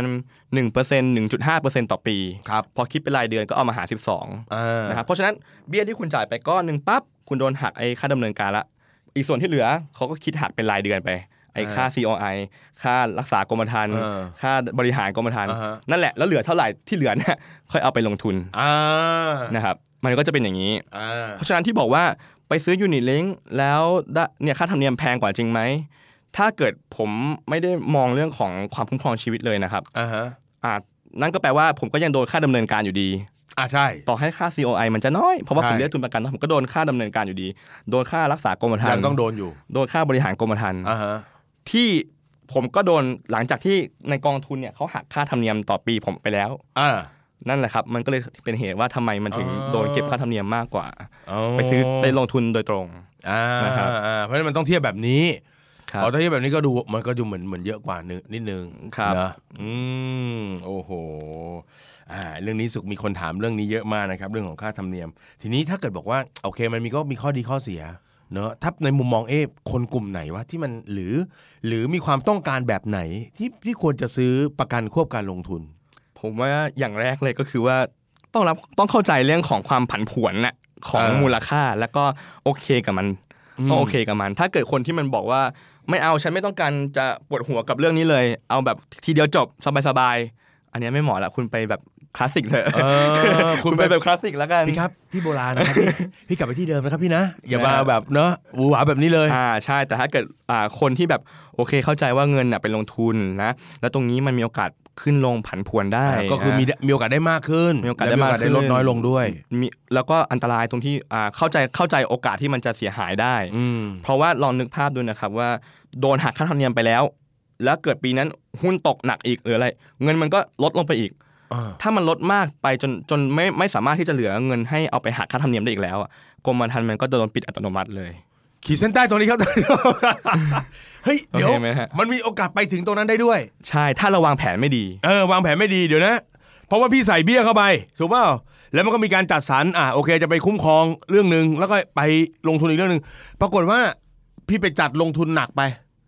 S2: 1% 1.5%ต่อปี
S1: ครับ
S2: พอคิดเป็นรายเดือนก็เอามาหาร12นะครับเพราะฉะนั้นเบี้ยที่คุณจ่ายไปก้อนหนึ่งปั๊บคุณโดนหักไอ้ค่าดำเนินการละ อีกส่วนที่เหลือเขาก็คิดหักเป็นรายเดือนไปไอ้ค่า COI ค่ารักษากรมธรรม์
S1: เออ
S2: ค่าบริหารกรมธรรม์
S1: อ่าฮะ
S2: นั่นแหละแล้วเหลือเท่าไหร่ที่เหลือเนี่ย ค่อยเอาไปลงทุน
S1: อ่า
S2: นะครับมันก็จะเป็นอย่างนี้
S1: อ่า
S2: เพราะฉะนั้นที่บอกว่าไปซื้อยูนิตลิงแล้วได้เนี่ยค่าธรรมเนียมแพงกว่าจริงไหมถ้าเกิดผมไม่ได้มองเรื่องของความคุ้มครองชีวิตเลยนะครับ
S1: อ่าฮะ
S2: อ่ะนั่นก็แปลว่าผมก็ยังโดนค่าดำเนินการอยู่ดี
S1: อ่าใช่
S2: ต่อให้ค่า COI มันจะน้อย เพราะว่า
S1: ใช่
S2: ผมเลือกทุนประกันนะผมก็โดนค่าดำเนินการอยู่ดี โดนค่ารักษากรมธรร
S1: ยั
S2: ม์
S1: งต้องโดนอยู่
S2: โดนค่าบริหารกรมธรรม์
S1: อ่าฮะ
S2: ที่ผมก็โดนหลังจากที่ในกองทุนเนี่ยเขาหักค่าธรรมเนียมต่อปีผมไปแล้ว
S1: อ่า
S2: นั่นแหละครับ มันก็เลยเป็นเหตุว่าทำไมมันถึง
S1: อ๋อ
S2: โดนเก็บค่าธรรมเนียมมากกว่า ไปซื้อไปลงทุนโดยตรง
S1: อ่า
S2: นะครับ
S1: อ่าเพราะฉะนั้นมันต้องเทียบแบบนี้
S2: ครับ
S1: พอถ้าเทียบแบบนี้ก็ดูมันก็ดูเหมือนเหมือนเยอะกว่านึงนิดนึง
S2: ครับ
S1: นะอืมโอ้โหอ่าเรื่องนี้สุขมีคนถามเรื่องนี้เยอะมากนะครับเรื่องของค่าธรรมเนียม ทีนี้ถ้าเกิดบอกว่าโอเคมันมีก็มีข้อดีข้อเสียเนอะถ้าในมุมมองเอ๊ะคนกลุ่มไหนวะที่มันหรือ หรือมีความต้องการแบบไหนที่ที่ควรจะซื้อประกันควบการลงทุน
S2: ผมว่าอย่างแรกเลยก็คือว่าต้องรับต้องเข้าใจเรื่องของความผันผวนน่ะของ
S1: เออ
S2: มูลค่าแล้วก็โอเคกับมันต้องโอเคกับมัน ถ้าเกิดคนที่มันบอกว่าไม่เอาฉันไม่ต้องการจะปวดหัวกับเรื่องนี้เลย เอาแบบทีเดียวจบสบายๆอันเนี้ยไม่เหมาะละคุณไปแบบ คลาสสิกเถอะ
S1: เอ อคุ
S2: คุณ ณ
S1: ไป
S2: ไป
S1: แบ
S2: แบบ บคลาสสิกแล้วกัน
S1: พี่ครับพี่โบราณ นะครับ พี่พี่กลับไปที่เดิมนะครับพี่นะ อย่ามา
S2: นะ
S1: แบบเนาะหวือหวาแบบนี้เลย
S2: อ่าใช่แต่ถ้าเกิดอ่าคนที่แบบโอเคเข้าใจว่าเงินน่ะเป็นลงทุนนะแล้วตรงนี้มันมีโอกาสขึ้นลงผันผวนได้
S1: ก็คือมี
S2: นะ
S1: มีโอกาสได้มากขึ้น
S2: มีโอกาส
S1: และ
S2: ได้มากขึ้น
S1: ลดน้อยลงด้วย
S2: มีแล้วก็อันตรายตรงที่อ่าเข้าใจเข้าใจโอกาสที่มันจะเสียหายได้
S1: อืม
S2: เพราะว่าลองนึกภาพดูนะครับว่าโดนหักค่าธรรมเนียมไปแล้ว แล้วเกิดปีนั้นหุ้นตกหนักอีกหรืออะไร เงินมันก็ลดลงไปอีก ถ้ามันลดมากไปจนจนไม่ไม่สามารถที่จะเหลือเงินให้เอาไปหักค่าธรรมเนียมได้อีกแล้วอะกรมธรรม์มันก็โดนปิดอัตโนมัติเลย
S1: ขีดเส้นใต้ตรงนี้ครับ เฮ้ย เดี๋ยว
S2: โอเคไหมฮะ
S1: มันมีโอกาสไปถึงตรงนั้นได้ด้วย
S2: ใช่ถ้าเระวางแผนไม่ดี
S1: เออ วางแผนไม่ดีเดี๋ยวนะ เพราะว่าพี่ใส่เบี้ยเข้าไป ถูกเปล่า แล้วมันก็มีการจัดสรรอ่ะโอเคจะไปคุ้มครองเรื่องหนึ่งแล้วก็ไปลงทุนอีกเรื่องหนึ่งปรากฏว่าพี่ไปจัดลงทุนหนักไป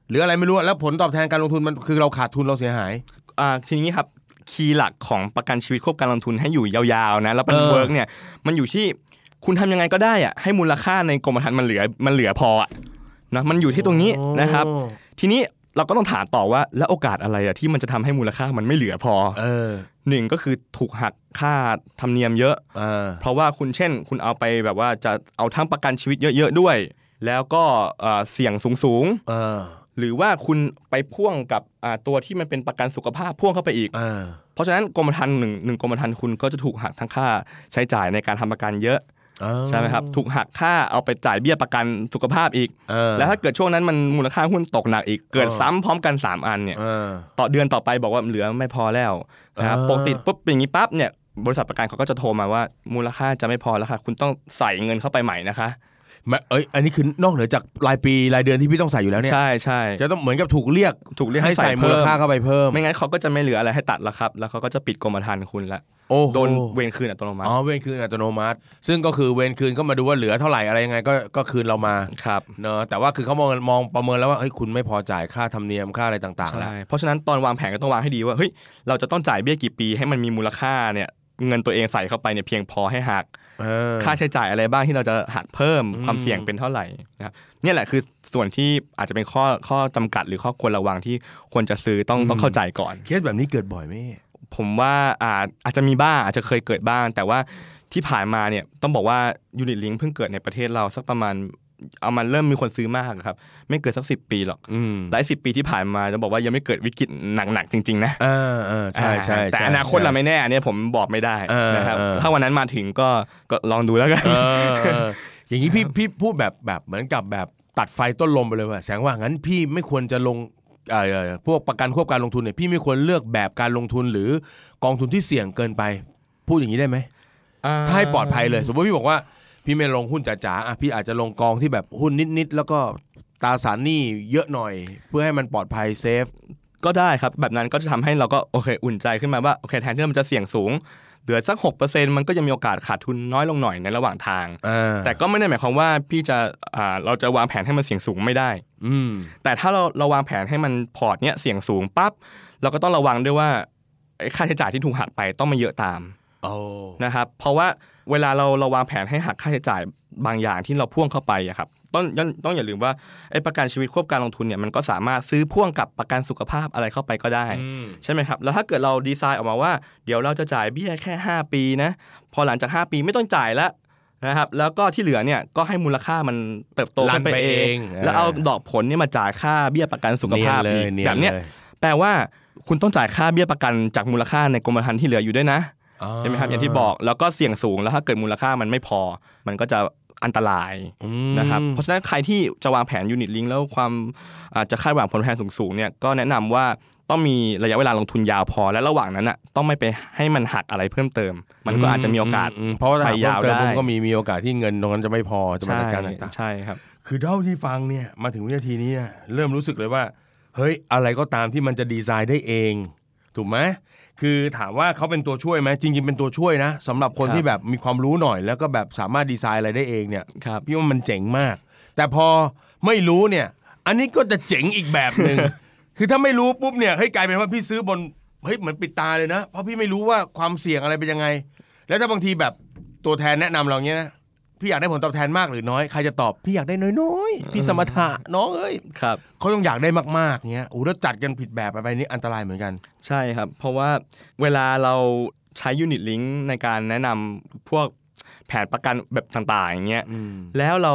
S1: หรืออะไรไม่รู้อะแล้วผลตอบแทนการลงทุนมันคือเราขาดทุนเราเสียหาย
S2: อ่าทีนี้ครับคีย์หลักของประกันชีวิตควบการลงทุนให้อยู่ยาวๆนะแล้วเป็น
S1: เออ
S2: เวิร์กเนี่ยมันอยู่ที่คุณทำยังไงก็ได้อะให้มูลค่าในกรมธรรม์มันเหลือมันเหลือพออะนะมันอยู่ที่ตรงนี้นะครับ ทีนี้เราก็ต้องถามต่อว่าแล้วโอกาสอะไรอะที่มันจะทำให้มูลค่ามันไม่เหลือพอ
S1: เออ
S2: หนึ่งก็คือถูกหักค่าธรรมเนียมเยอะ
S1: เออ
S2: เพราะว่าคุณเช่น คุณเอาไปแบบว่าจะเอาทั้งประกันชีวิตเยอะๆด้วย แล้วก็เอ่อเสี่ยงสูง
S1: เออ
S2: ๆ หรือว่าคุณไปพ่วงกับอ่าตัวที่มันเป็นประกันสุขภาพพ่วงเข้าไปอีก
S1: เออ
S2: เพราะฉะนั้นกรมธรรม์หนึ่งหนึ่งกรมธรรม์คุณก็จะถูกหักทั้งค่าใช้จ่ายในการทำประกันเยอะ
S1: เออ
S2: ใช่ไหมครับถูกหักค่าเอาไปจ่ายเบี้ยประกันสุขภาพอีก
S1: เออ
S2: แล้วถ้าเกิดช่วงนั้นมันมูลค่าหุ้นตกหนักอีกเกิด
S1: เออ
S2: ซ้ำพร้อมกัน 3 อันเนี่ย
S1: เออ
S2: ต่อเดือนต่อไปบอกว่าเหลือไม่พอแล้วนะครับ
S1: เออ
S2: ปกติปุ๊บเป็นอย่างนี้ปั๊บเนี่ยบริษัทประกันเขาก็จะโทรมาว่ามูลค่าจะไม่พอแล้วค่ะคุณต้องใส่เงินเข้าไปใหม่นะคะ
S1: แม่เอ้ย อันนี้คือนอกเหนือจากรายปีรายเดือนที่พี่ต้องใส่อยู่แล้วเนี่ย
S2: ใช่ใช่
S1: จะต้องเหมือนกับถูกเรียก
S2: ถูกเรียก
S1: ให้
S2: ให้
S1: ใส่
S2: ใส่
S1: มู
S2: เพิ่
S1: ล
S2: ม
S1: ค่าเข้าไปเพิ่ม
S2: ไม่งั้นเขาก็จะไม่เหลืออะไรให้ตัดแล้วครับแล้วเขาก็จะปิดกรมธรรม์คุณละ
S1: โอ้โห
S2: โดนเวรคืนอัตโนมัติ
S1: อ๋อเวรคืนอัตโนมัติ ซึ่งก็คือเวรคืนก็มาดูว่าเหลือเท่าไหร่อะไรยังไงก็ก็คืนเรามา
S2: ครับ
S1: เนอะแต่ว่าคือเขามองมองประเมินแล้วว่าเฮ้ยคุณไม่พอจ่ายค่าธรรมเนียมค่าอะไรต่างๆแล้ว
S2: ใช่ เพราะฉะนั้นตอนวางแผนก็ต้องวางให้ดีว่าเฮ้ยเราจะต้องจ่ายเบี้ยกี่ปีให้มันมีมูลค่าเนี่ยเงินตัวเองใส่เข้าไปเนี่ยเพียงพอให้หัก
S1: เออ
S2: ค่าใช้จ่ายอะไรบ้างที่เราจะหักเพิ่ม
S1: อืม
S2: ความเสี่ยงเป็นเท่าไหร่นะครับเนี่ยแหละคือส่วนที่อาจจะเป็นข้อข้อจำกัดหรือข้อควรระวังที่ควรจะซื้อต้องต้องเข้าใจก่อน
S1: เคสแบบนี้เกิดบ่อยไหม
S2: ผมว่าอาจอาจจะมีบ้างอาจจะเคยเกิดบ้าง แต่ว่าที่ผ่านมาเนี่ยต้องบอกว่ายูนิตลิงเพิ่งเกิดในประเทศเราสักประมาณเอามันเริ่มมีคนซื้อมากครับไม่เกินสักสิปีหรอก
S1: อืม
S2: หลายสิปีที่ผ่านมาจะบอกว่ายังไม่เกิดวิกฤตหนักๆจริงๆนะ
S1: อ่าอ่าใช่ใช่
S2: อ่า
S1: ใช่
S2: แต่อนาคตเราไม่แน่อันเนี่ยผมบอกไม่ได้
S1: เออ
S2: นะครับ
S1: เออ
S2: ถ้าวันนั้นมาถึงก็ก็ลองดูแล้วกัน
S1: เออเอออย่างนี้พี่พี่พูดแบบแบบเหมือนกับแบบตัดไฟต้นลมไปเลยว่าแสดงว่างั้นพี่ไม่ควรจะลงเอ่อพวกประกันควบการลงทุนเนี่ยพี่ไม่ควรเลือกแบบการลงทุนหรือกองทุนที่เสี่ยงเกินไป พูดอย่างนี้ได้ไหมถ้าให้ปลอดภัยเลย สมมติพี่บอกว่าพี่ไม่ลงหุ้นจ๋าๆอ่ะพี่อาจจะลงกองที่แบบหุ้นนิดๆแล้วก็ตราสารหนี้เยอะหน่อย เพื่อให้มันปลอดภัยเซฟ
S2: ก็ได้ครับ แบบนั้นก็จะทำให้เราก็โอเคอุ่นใจขึ้นมาว่าโอเคแทนที่มันจะเสี่ยงสูง เหลือสัก 6%มันก็ยังมีโอกาสขาดทุนน้อยลงหน่อยในระหว่างทาง แต่ก็ไม่ได้หมายความว่าพี่จะอ่าเราจะวางแผนให้มันเสี่ยงสูงไม่ได้
S1: อืม
S2: แต่ถ้าเราเราวางแผนให้มันพอร์ตเนี่ยเสี่ยงสูงปั๊บเราก็ต้องระวังด้วยว่าไอ้ค่าใช้จ่ายที่ถูกหักไปต้องไมาเยอะตาม
S1: โอ้
S2: นะครับเพราะว่าเวลาเราเราวางแผนให้หักค่าใช้จ่ายบางอย่างที่เราพ่วงเข้าไปอะครับต้องต้องต้องอย่าลืมว่าไอ้ประกันชีวิตควบการลงทุนเนี่ยมันก็สามารถซื้อพ่วงกับประกันสุขภาพอะไรเข้าไปก็ได้ ใช่ไหมครับ แล้วถ้าเกิดเราดีไซน์ออกมาว่า เดี๋ยวเราจะจ่ายเบี้ยแค่ 5 ปีนะพอหลังจาก 5 ปีไม่ต้องจ่ายแล้วนะครับแล้วก็ที่เหลือเนี่ยก็ให้มูลค่ามันเติบโต
S1: ลั
S2: ขึ้
S1: น
S2: น
S1: ไป
S2: ไป
S1: เอ
S2: เองง แล้วเอาดอกผลเนี่ยมาจ่ายค่าเบี้ยประกันสุขภาพ
S1: เนี
S2: อี
S1: ยน
S2: ก
S1: เลย
S2: แบบเนี้ย
S1: เลย
S2: แปลว่าคุณต้องจ่ายค่าเบี้ยประกันจากมูลค่าในกรมธรรม์ที่เหลืออยู่ด้วยนะ ใช่ไหมครับอย่างที่บอกแล้วก็เสี่ยงสูงแล้วถ้าเกิดมูลค่ามันไม่พอ มันก็จะอันตราย
S1: อืม
S2: นะครับเพราะฉะนั้นใครที่จะวางแผนยูนิตลิงแล้วความอาจจะคาดหวังผลตอบแทนสูงๆเนี่ยก็แนะนำว่าต้องมีระยะเวลาลงทุนยาวพอและระหว่างนั้นอ่ะต้องไม่ไปให้มันหักอะไรเพิ่มเติม มันก็อาจจะมีโอกาส
S1: มมเพราะว่าถ้าหาก
S2: ไปยาว
S1: เพิ่ม
S2: ได้
S1: เติมก็มีมีโอกาสที่เงินตรงนั้นจะไม่พอจะมา
S2: ใช่
S1: จัดการต่าง
S2: ใช่ครับ
S1: ๆคือเท่าที่ฟังเนี่ยมาถึงวินาทีนี้เนี่ยเริ่มรู้สึกเลยว่า เฮ้ยอะไรก็ตามที่มันจะดีไซน์ได้เอง ถูกไหมคือถามว่าเขาเป็นตัวช่วยไหมจริงๆเป็นตัวช่วยนะสำหรับคน
S2: ครับ
S1: ที่แบบมีความรู้หน่อย แล้วก็แบบสามารถดีไซน์อะไรได้เองเนี่ย
S2: ครับ
S1: พี่ว่ามันเจ๋งมาก แต่พอไม่รู้เนี่ย อันนี้ก็จะเจ๋งอีกแบบ หนึ่ง คือถ้าไม่รู้ปุ๊บเนี่ยเฮ้ยกลายเป็นว่าพี่ซื้อบนเฮ้ยเหมือนปิดตาเลยนะ เพราะพี่ไม่รู้ว่าความเสี่ยงอะไรเป็นยังไง แล้วถ้าบางทีแบบตัวแทนแนะนำเราเนี้ยนะพี่อยากได้ผลตอบแทนมากหรือน้อยใครจะตอบพี่อยากได้น้อยๆพี่สมรรถะน้องเอ้ย
S2: ครับ
S1: เขาต้องอยากได้มากๆเงี้ยโอ้แล้วจัดกันผิดแบบไปไปนี่อันตรายเหมือนกัน
S2: ใช่ครับ เพราะว่าเวลาเรา ใช้ยูนิตลิงก์ในการแนะนำพวกแผนประกันแบบต่างๆอย่างเงี้ย แล้วเรา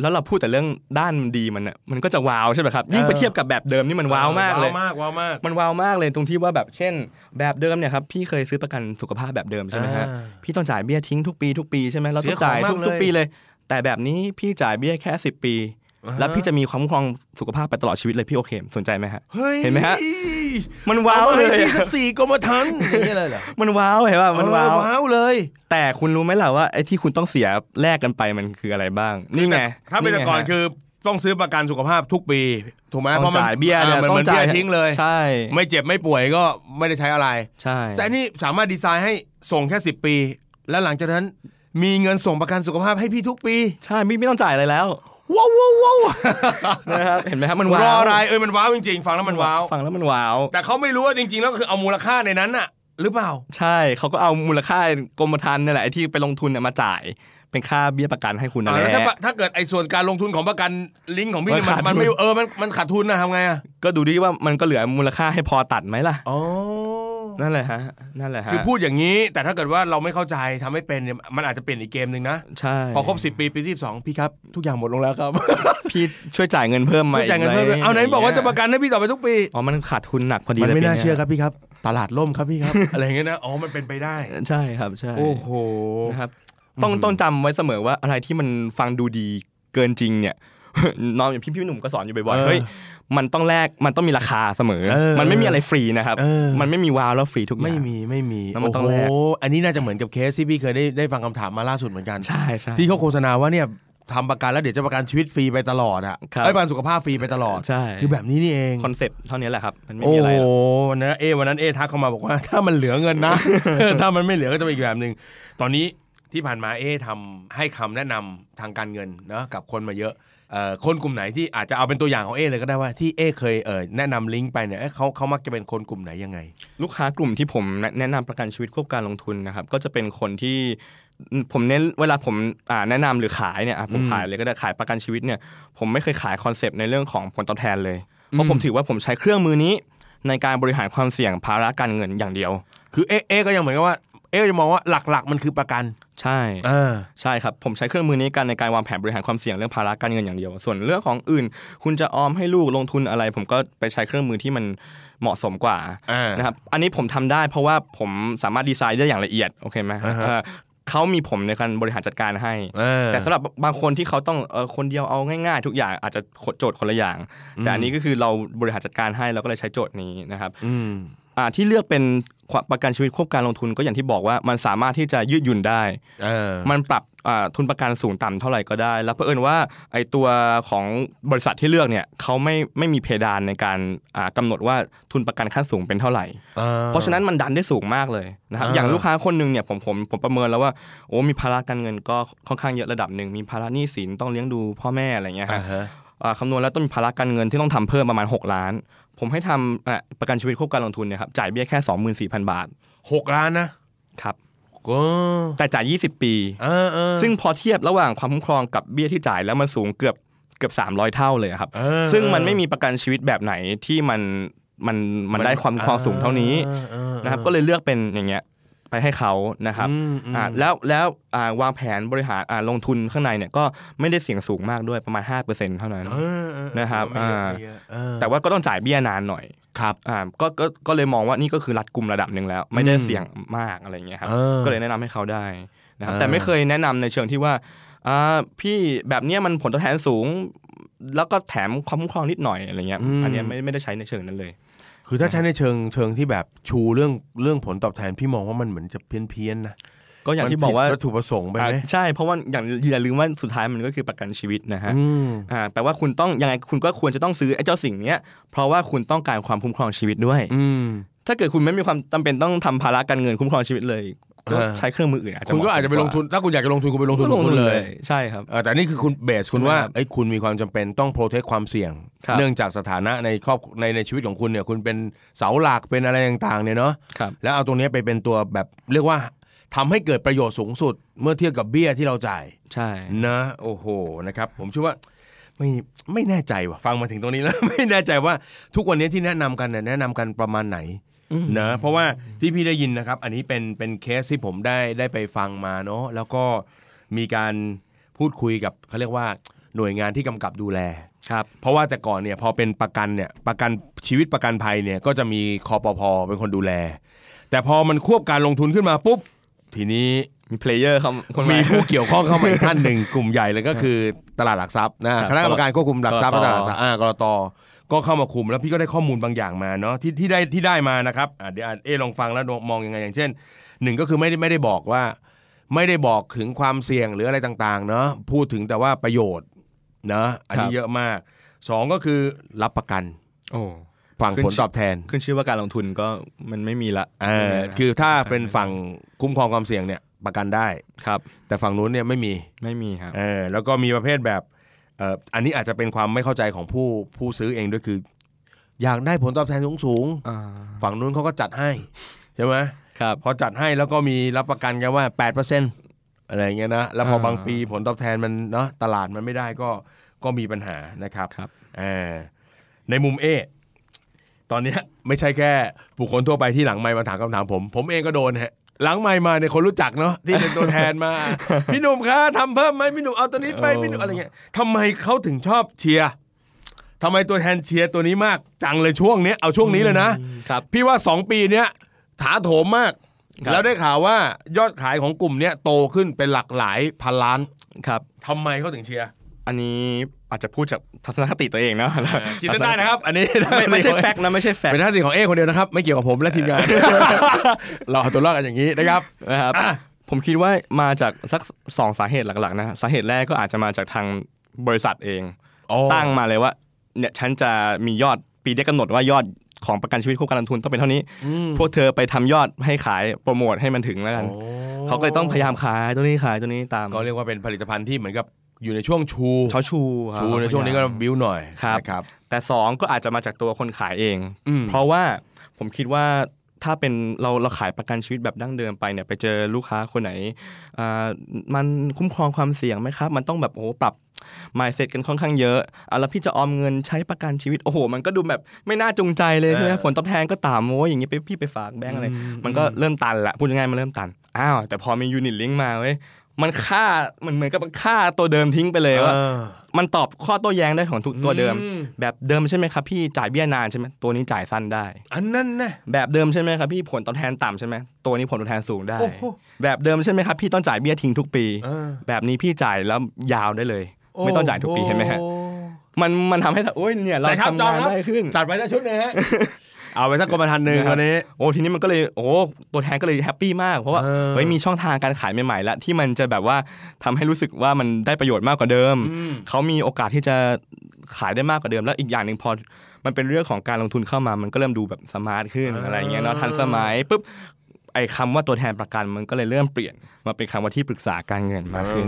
S2: แล้วเราพูดแต่เรื่องด้านดีมันอะมันก็จะว้าวใช่ไหมครับยิ่งไปเทียบกับแบบเดิมนี่มันว้าวมากเล
S1: ว้า
S2: ย
S1: วมากว้าวมาก
S2: มันว้าวมากเลยตรงที่ว่าแบบเช่น แบบเดิมเนี่ยครับพี่เคยซื้อประกันสุขภาพแบบเดิมใช่ไหมฮะ
S1: อ่า
S2: พี่ต้องจ่ายเบี้ยทิ้งทุกปีทุกปีใช่ไหมเราต้องจ่าย
S1: เสียของมาก
S2: ทุกทุก
S1: เลย
S2: ปีเลย แต่แบบนี้พี่จ่ายเบี้ยแค่ 10 ปี แล้วพี่จะมีความคุ้มครองสุขภาพไปตลอดชีวิตเลยพี่โอเคไหมสนใจไหมฮะ
S1: ฮ้ย
S2: เห็นไหมฮะ มันว้าว
S1: อ
S2: เลย
S1: ให้พี่
S2: อะ
S1: สักสี่กรมธรรม์อย่างเงี้ยเลยเหรอ
S2: มันว้าวเห็นป่ะมันว้าว
S1: เออว้าวเลย
S2: แต่คุณรู้ไหมล่ะว่าไอ้ที่คุณต้องเสียแลกกันไปมันคืออะไรบ้าง นี่ไง
S1: ถ้าเป็นแต่ก่อน
S2: ไงฮะ
S1: คือต้องซื้อประกันสุขภาพทุกปีถูกไหม
S2: ต้อง
S1: มั
S2: จ่ายเบี้ยเนี่ย
S1: อ่ามัน
S2: ต้
S1: เห
S2: อ
S1: มื
S2: ง
S1: อน
S2: จ่า
S1: เบี้
S2: ย
S1: ยทิ้งเลย
S2: ใช่
S1: ไม่เจ็บไม่ป่วยก็ไม่ได้ใช้อะไร
S2: ใช่
S1: แต่อันนี่สามารถดีไซน์ให้ส่งแค่ 10 ปี แล้วหลังจากนั้นมีเงินส่งประกันสุขภาพให้พี่ทุกปี
S2: ใช่ไม่ไม่ต้องจ่ายอะไร แล้ว
S1: ว้าวว้าวว้าว
S2: นะครับเห็นไหมฮะมันว้าว
S1: รออะไรเออมันว้าวจริงๆ ฟังแล้วมันว้าว
S2: ฟังแล้วมันว้าว
S1: แต่เขาไม่รู้ว่าจริงๆ แล้วก็คือเอามูลค่าในนั้นน่ะ หรือเปล่า
S2: ใช่เขาก็เอามูลค่ากรมธรรม์นี่แหละไอ้ที่ไปลงทุนน่ะมาจ่ายเป็นค่าเบี้ยประกันให้คุณนั่น
S1: อ่า
S2: แห
S1: แล้วถ้าปะ
S2: ละ
S1: ถ้าเกิดไอ้ส่วนการลงทุนของประกันลิงก์ของพี่เนี่ย
S2: มั
S1: มัน
S2: นขาด
S1: มันไม่
S2: ทุน
S1: เออมันมันขาดทุนนะทำไงอ่ะ
S2: ก็ดูดิว่ามันก็เหลือมูลค่าให้พอตัดไหมล่ะ
S1: อ๋อ
S2: นั่นแหละฮะนั่นแหละฮะ
S1: คือพูดอย่างนี้ แต่ถ้าเกิดว่าเราไม่เข้าใจทำให้เป็นเนี่ยมันอาจจะเปลี่ยนอีกเกมหนึ่งนะ
S2: ใช่
S1: พอครบ 10 ปีปีที่2พี่ครับ ทุกอย่างหมดลงแล้วครับ
S2: พี่ช่วยจ่ายเงินเพิ่มไหม
S1: ไม่จ่ายเงินเพิ่มเลยเอาไหนบอกว่าจะประกันให้พี่ต่อไปทุกปี
S2: อ๋อมันขาดทุนหนักพอดี
S1: มัน
S2: ลย
S1: ไม่
S2: ปี
S1: น่าย เชื่อครับพี่ครับ ตลาดล่มครับพี่ครับ อะไรอย่างเงี้ยนะอ๋อมันเป็นไปได้
S2: ใช่ครับใช่
S1: โอ้โห
S2: นะครับต้องต้องจำไว้เสมอว่าอะไรที่มันฟังดูดีเกินจริงเนี่ย น้องอย่างพี่พี่หนุ่มก็สอนอยู่บ่อย
S1: เออ
S2: ๆเฮ้ยมันต้องแลกมันต้องมีราคาเสมอ
S1: เออ
S2: มันไม่มีอะไรฟรีนะครับ
S1: เออ
S2: มันไม่มีวาวแล้วฟรีทุกอย่าง
S1: ไม่มีไม่มี
S2: แล้วมั
S1: โอ้
S2: นต้อง
S1: โห
S2: แลก
S1: อันนี้น่าจะเหมือนกับเคสที่พี่เคยได้ได้ฟังคำถามมาล่าสุดเหมือนกัน
S2: ใช่ใช่
S1: ที่เขาโฆษณาว่าเนี่ยทำประกันแล้วเดี๋ยวจะประกันชีวิตฟรีไปตลอดอ่ะ
S2: ครับ
S1: ไอ้ยประกันสุขภาพฟรีไปตลอด
S2: ใช่
S1: คือแบบนี้นี่เอง
S2: คอนเซปต์เท่านี้แหละครับ มันไม่
S1: โอ้
S2: มีอะไร
S1: โห
S2: หรอก
S1: วันนั้นเอวันนั้นเอทักเข้ามาบอกว่า ถ้ามันเหลือเงินนะ ถ้ามันไม่เหลือก็จะเป็นอีกแบบหนึ่งตอนนี้ที่ผ่านมาเอทำให้คำแนะนำทางการเงินเนอะกับคนมาเยอะเอ่อคนกลุ่มไหนที่อาจจะเอาเป็นตัวอย่างของเอเลยก็ได้ว่าที่เอเคยเอ่ยแนะนำลิงก์ไปเนี่ยเอ๊ะเขาเขามักจะเป็นคนกลุ่มไหนยังไง
S2: ลูกค้ากลุ่มที่ผมแนะแนะนำประกันชีวิตควบการลงทุนนะครับ ก็จะเป็นคนที่ผมเน้นเวลาผมอ่าแนะนำหรือขายเนี่ยอ่ะผมขายเลยก็ได้ขายประกันชีวิตเนี่ยผมไม่เคยขายคอนเซปต์ในเรื่องของผลตอบแทนเลย เพราะผมถือว่าผมใช้เครื่องมือนี้ ในการบริหารความเสี่ยงภาระการเงินอย่างเดียว
S1: คือเอเอก็ยังเหมือนกับว่าเอก็จะมองว่าหลักๆ มันคือประกัน
S2: ใช่
S1: เออ
S2: ใช่ครับ ผมใช้เครื่องมือนี้กันในการวางแผนบริหารความเสี่ยงเรื่องภาระการเงินอย่างเดียว ส่วนเรื่องของอื่น คุณจะออมให้ลูกลงทุนอะไร ผมก็ไปใช้เครื่องมือที่มันเหมาะสมกว่า
S1: อ่าน
S2: นะครับ อันนี้ผมทำได้เพราะว่าผมสามารถดีไซน์ได้อย่างละเอียดโอเคไหมฮะเอ่อเขามีผมในการบริหารจัดการให้
S1: เออ
S2: แต่สำหรับบางคนที่เขาต้องเออคนเดียวเอาง่ายๆ ทุกอย่างอาจจะโจทย์คนละอย่าง แต่อันนี้ก็คือเราบริหารจัดการให้เราก็เลยใช้โจทย์นี้นะครับ
S1: อืม
S2: อ่าที่เลือกเป็นประกันชีวิตควบการลงทุนก็อย่างที่บอกว่ามันสามารถที่จะยืดหยุ่นได้
S1: เออ
S2: มันปรับอ่าทุนประกันสูงต่ำเท่าไหร่ก็ได้ แล้วเผอิญว่าไอตัวของบริษัทที่เลือกเนี่ยเขาไม่ไม่มีเพดานในการอ่ากำหนดว่าทุนประกันขั้นสูงเป็นเท่าไหร่ เพราะฉะนั้นมันดันได้สูงมากเลยนะครับ
S1: อ่า
S2: อย่างลูกค้าคนหนึ่งเนี่ยผมผมผมประเมินแล้วว่าโอ้มีภาระการเงินก็ค่อนข้างเยอะระดับหนึ่งมีภาระหนี้สินต้องเลี้ยงดูพ่อแม่อะไรเงี้ย
S1: อ่า
S2: ฮะ
S1: ฮะ
S2: อ่าคำนวณแล้วต้องมีภาระการเงินที่ต้องทำเพิ่มประมาณ 6 ล้าน ผมให้ทำอ่ะประกันชีวิตควบการลงทุนเนี่ยครับจ่ายเบี้ยแค่24,000 บาท
S1: หกล้านนะครับ ก็
S2: แต่จ่าย 20 ปี
S1: เออเออ
S2: ซึ่งพอเทียบระหว่างความคุ้มครองกับเบี้ยที่จ่ายแล้วมันสูงเกือบเกือบ 300 เท่าเลยอะครับ
S1: เออ
S2: ซึ่งมันไม่มีประกันชีวิตแบบไหนที่มันมันมันได้ความคุ้มครองสูงเท่านี้
S1: ออเออเออ
S2: นะครับก็เลยเลือกเป็นอย่างเงี้ยไปให้เขานะครับ
S1: อืมอืม
S2: อ่าแล้วแล้วอ่าวางแผนบริหารอ่าลงทุนข้างในเนี่ยก็ไม่ได้เสี่ยงสูงมากด้วยประมาณ 5%เท่านั้น
S1: เออเออ
S2: นะครับ
S1: ไม่เยอะ
S2: อ่า
S1: ไม่เยอะเออ
S2: แต่ว่าก็ต้องจ่ายเบี้ยนานหน่อย
S1: ครับ
S2: อ่าก็ก็ก็เลยมองว่านี่ก็คือรัดกลุ่มระดับหนึ่งแล้ว ไม่ได้เสี่ยงมากอะไรอย่างเงี้ยครับ
S1: เออ
S2: ก็เลยแนะนำให้เขาได้นะครับ
S1: อ่า
S2: แต่ไม่เคยแนะนำในเชิงที่ว่าอ่าพี่แบบเนี้ยมันผลตอบแทนสูง แล้วก็แถมความคุ้มครองนิดหน่อยอะไรเงี้ยอันเนี้ยไม่ไม่ได้ใช้ในเชิงนั้นเลย
S1: คือถ้าใช้ในเชิงเชิงที่แบบชูเรื่องเรื่องผลตอบแทนพี่มองว่ามันเหมือนจะเพี้ยนเพี้ยนๆนะ
S2: ก็อย่างที่บอกว่า
S1: มันผิดวัตถุประสงค์ไปไหม
S2: อ่าใช่เพราะว่าอย่างอย่าลืมว่าสุดท้ายมันก็คือประกันชีวิตนะฮะ
S1: อืม
S2: อ่าแปลว่าคุณต้องยังไงคุณก็ควรจะต้องซื้อไอ้เจ้าสิ่งเนี้ยเพราะว่าคุณต้องการความคุ้มครองชีวิตด้วย
S1: อืม
S2: ถ้าเกิดคุณไม่มีความจำเป็นต้องทำภาระการเงินคุ้มครองชีวิตเลยก็
S1: อ่า
S2: ใช้เครื่องมืออื่นอาจจะ
S1: คุณก็อาจจะไป
S2: เห
S1: ลง
S2: มสม
S1: ทุนถ้าคุณอยากจะลงทุนคุณไปลง
S2: ก
S1: ทุนข
S2: ว่าก็ล
S1: อง ง
S2: ทุ
S1: คุ
S2: น
S1: ณ
S2: เล
S1: เลย ย
S2: ใช่ครับ
S1: เออแต่นี่คือคุณเบสคุณว่าไอ้ยคุณมีความจำเป็นต้องโปรเทคความเสี่ยง
S2: ครับ
S1: เนื่องจากสถานะในครอบในในชีวิตของคุณเนี่ยคุณเป็นเสาหลักเป็นอะไรต่างๆเนี่ยเนาะ
S2: ครับ
S1: แล้วเอาตรงเนี้ยไปเป็นตัวแบบเรียกว่าทำให้เกิดประโยชน์สูงสุด เมื่อเทียบกับเบี้ยที่เราจ่าย
S2: ใช่
S1: นะโอ้โหนะครับ ผมเชื่อว่าไม่ไม่แน่ใจว่ะฟังมาถึงตรงนี้แล้ว ไม่แน่ใจว่าทุกวันนี้ที่แนะนำกันเนี่ยแนะนำกันประมาณไหน นะเพราะว่าที่พี่ได้ยินนะครับ อันนี้เป็นเป็นเคสที่ผมได้ได้ไปฟังมาเนาะแล้วก็มีการพูดคุยกับเขาเรียกว่าหน่วยงานที่กำกับดูแล
S2: ครับ
S1: เพราะว่าแต่ก่อนเนี่ยพอเป็นประกันเนี่ยประกันชีวิตประกันภัยเนี่ยก็จะมีคอปพเป็นคนดูแล แต่พอมันควบการลงทุนขึ้นมาปุ๊บ ทีนี้
S2: มีเพลเยอร์เขาคน
S1: มี
S2: มี
S1: ผู้เกี่ยวข้องเข้ามาอีกท่านห นึ่ง กลุ่มใหญ่เลยก็คือตลาดหลักทรัพย์นะคณะกรรมการควบคุมหลักทรัพย์และตลาดหลักทรัพย์อ่ากรตก็เข้ามาคุมแล้วพี่ก็ได้ข้อมูลบางอย่างมาเนาะที่ที่ได้ที่ได้มานะครับอ่ะเดี๋ยวอ่ะเอะลองฟังแล้วมองยังไงอย่างเช่นหนึ่งก็คือไม่ได้ไม่ได้บอกว่า ไม่ได้บอกถึงความเสี่ยงหรืออะไรต่างๆ เนาะพูดถึงแต่ว่าประโยชน์นะอันนี้
S2: ครับ
S1: เยอะมากสองก็คือรับประกัน
S2: โอ้
S1: ฝั่ง
S2: ขึ้น
S1: ผล
S2: ชื่อ
S1: ตอบแทน
S2: ขึ้นชื่อว่าการลงทุนก็มันไม่มีละ
S1: เออคือถ้าเป็นฝั่งคุ้มครองความเสี่ยงเนี่ยประกันได้
S2: ครับ
S1: แต่ฝั่งนู้นเนี่ยไม่มี
S2: ไม่มีครับ
S1: เออแล้วก็มีประเภทแบบเอ่ออันนี้อาจจะเป็นความไม่เข้าใจของผู้ผู้ซื้อเองด้วยคือ อยากได้ผลตอบแทนสูงสูงๆฝั่งนู้นเขาก็จัดให้ ใช่ไหม
S2: ครับ
S1: พอจัดให้แล้วก็มีรับประกันกันว่า 8%อะไรอย่างเงี้ยนะแล้วพอ
S2: อ่า
S1: บางปีผลตอบแทนมันเนาะตลาดมันไม่ได้ก็ก็มีปัญหานะครับ
S2: ครับ
S1: เออในมุมเอตอนเนี้ยไม่ใช่แค่บุคคลทั่วไปที่หลังไมค์มาถามคำถามผม ผมเองก็โดนฮะหลังไมค์มาเนี่ยคนรู้จักเนาะที่เป็นตัวแทน มา พี่หนุ่มคะทำเพิ่มไหมพี่หนุ่มเอาตัวนี้ไปพี่หนุ่มอะไรเงี้ยทำไมเขาถึงชอบเชียร์ทำไมตัวแทนเชียร์ตัวนี้มากจังเลยช่วงเนี้ยเอาช่วงนี้เลยนะ
S2: ครับ
S1: พี่ว่า 2 ปีเนี้ยถาโถมมาก
S2: ครับ
S1: แล้วได้ข่าวว่ายอดขายของกลุ่มเนี้ยโตขึ้นเป็นหลักหลายพันล้าน
S2: ครับ
S1: ทำไมเขาถึงเชียร์
S2: อันนี้อาจจะพูดจากทัศนคติตัวเองเนาะ
S1: ขีดเส้นใต้นะครับ อันนี้
S2: ไม่ไม่ใช่แฟกต์นะไม่ใช่แฟ ก
S1: เป็น
S2: ต์
S1: หน้าที่ของเอคนเดียวนะครับ ไม่เกี่ยวกับผมและทีมงาน เราเอาตัวรอดกันอย่างนี้นะครับ
S2: นะครับ ผมคิดว่ามาจากสักสองสาเหตุหลักๆนะสาเหตุแรกก็อาจจะมาจากทางบริษัทเอง ตั้งมาเลยว่าเนี่ยฉันจะมียอดปีได้กำหนดว่ายอดของประกันชีวิตคู่การลงทุนต้องเป็นเท่านี้ พวกเธอไปทำยอดให้ขายโปรโมทให้มันถึงแล้วกัน เขาก็เลยต้องพยายามขายตัวนี้ขายตัวนี้ตาม
S1: ก็เรียกว่าเป็นผลิตภัณฑ์ที่เหมือนกับอยู่ในช่วงชู
S2: เขาชูครับ
S1: ชูในช่วงนี้ก็บิ้วหน่อย
S2: ครับ
S1: นะครับ
S2: แต่สองก็อาจจะมาจากตัวคนขายเอง
S1: อืม
S2: เพราะว่าผมคิดว่าถ้าเป็นเราเราขายประกันชีวิตแบบดั้งเดิมไปเนี่ยไปเจอลูกค้าคนไหนอ่ามันคุ้มครองความเสี่ยงไหมครับ มันต้องแบบโอ้โหปรับ mindset กันค่อนข้างเยอะอ่ะแล้วพี่จะออมเงินใช้ประกันชีวิตโอ้โห มันก็ดูแบบไม่น่าจงใจเลยใช่ไหมผลตอบแทนก็ต่ำโอ้ยอย่างงี้ไปพี่ไปฝากแบงก์อะไร มันก็เริ่มตันละพูดง่ายๆมันเริ่มตันอ้าวแต่พอมียูนิตลิงก์มาเว้ยมันค่ามันเหมือนกับมันค่าตัวเดิมทิ้งไปเลยว่า มันตอบข้อโต้แย้งได้ของทุกตัวเดิม
S1: อืม
S2: แบบเดิมใช่ไหมครับพี่จ่ายเบี้ยนานใช่ไหมตัวนี้จ่ายสั้นได้
S1: อันนั้นนะ
S2: แบบเดิมใช่ไหมครับพี่ผลตอบแทนต่ำใช่ไหมตัวนี้ผลตอบแทนสูงได้
S1: โอ้โห
S2: แบบเดิมใช่ไหมครับพี่ต้องจ่ายเบี้ยทิ้งทุกปี
S1: เออ
S2: แบบนี้พี่จ่ายแล้วยาวได้เลย ไม่ต้องจ่ายทุกปีเห็นไหมฮะ
S1: โอ้โ
S2: มันมันทำให้เราโอ้ยเนี่ยเรา
S1: จ่ายครับ
S2: ทำงาน
S1: จองครับ
S2: ได้ขึ้น
S1: จัดไปสักชุดหนึงฮะ เอาไปสักกรมธรรม์หนึ่ง
S2: นะครับ
S1: วันนี้
S2: โอ้ทีนี้มันก็เลยโอ้ตัวแทนก็เลยแฮปปี้มากเพราะว่า
S1: เออ
S2: เฮ้ยมีช่องทางการขายใหม่ๆแล้วที่มันจะแบบว่าทำให้รู้สึกว่ามันได้ประโยชน์มากกว่าเดิม เขามีโอกาสที่จะขายได้มากกว่าเดิม แล้วอีกอย่างหนึ่งพอมันเป็นเรื่องของการลงทุนเข้ามามันก็เริ่มดูแบบสมาร์ทขึ้นอะไรอย่างเงี้ยเนาะทันสมัยปุ๊บไอ้คำว่าตัวแทนประกันมันก็เลยเริ่มเปลี่ยนมาเป็นคำว่าที่ปรึกษาการเงินมากขึ้น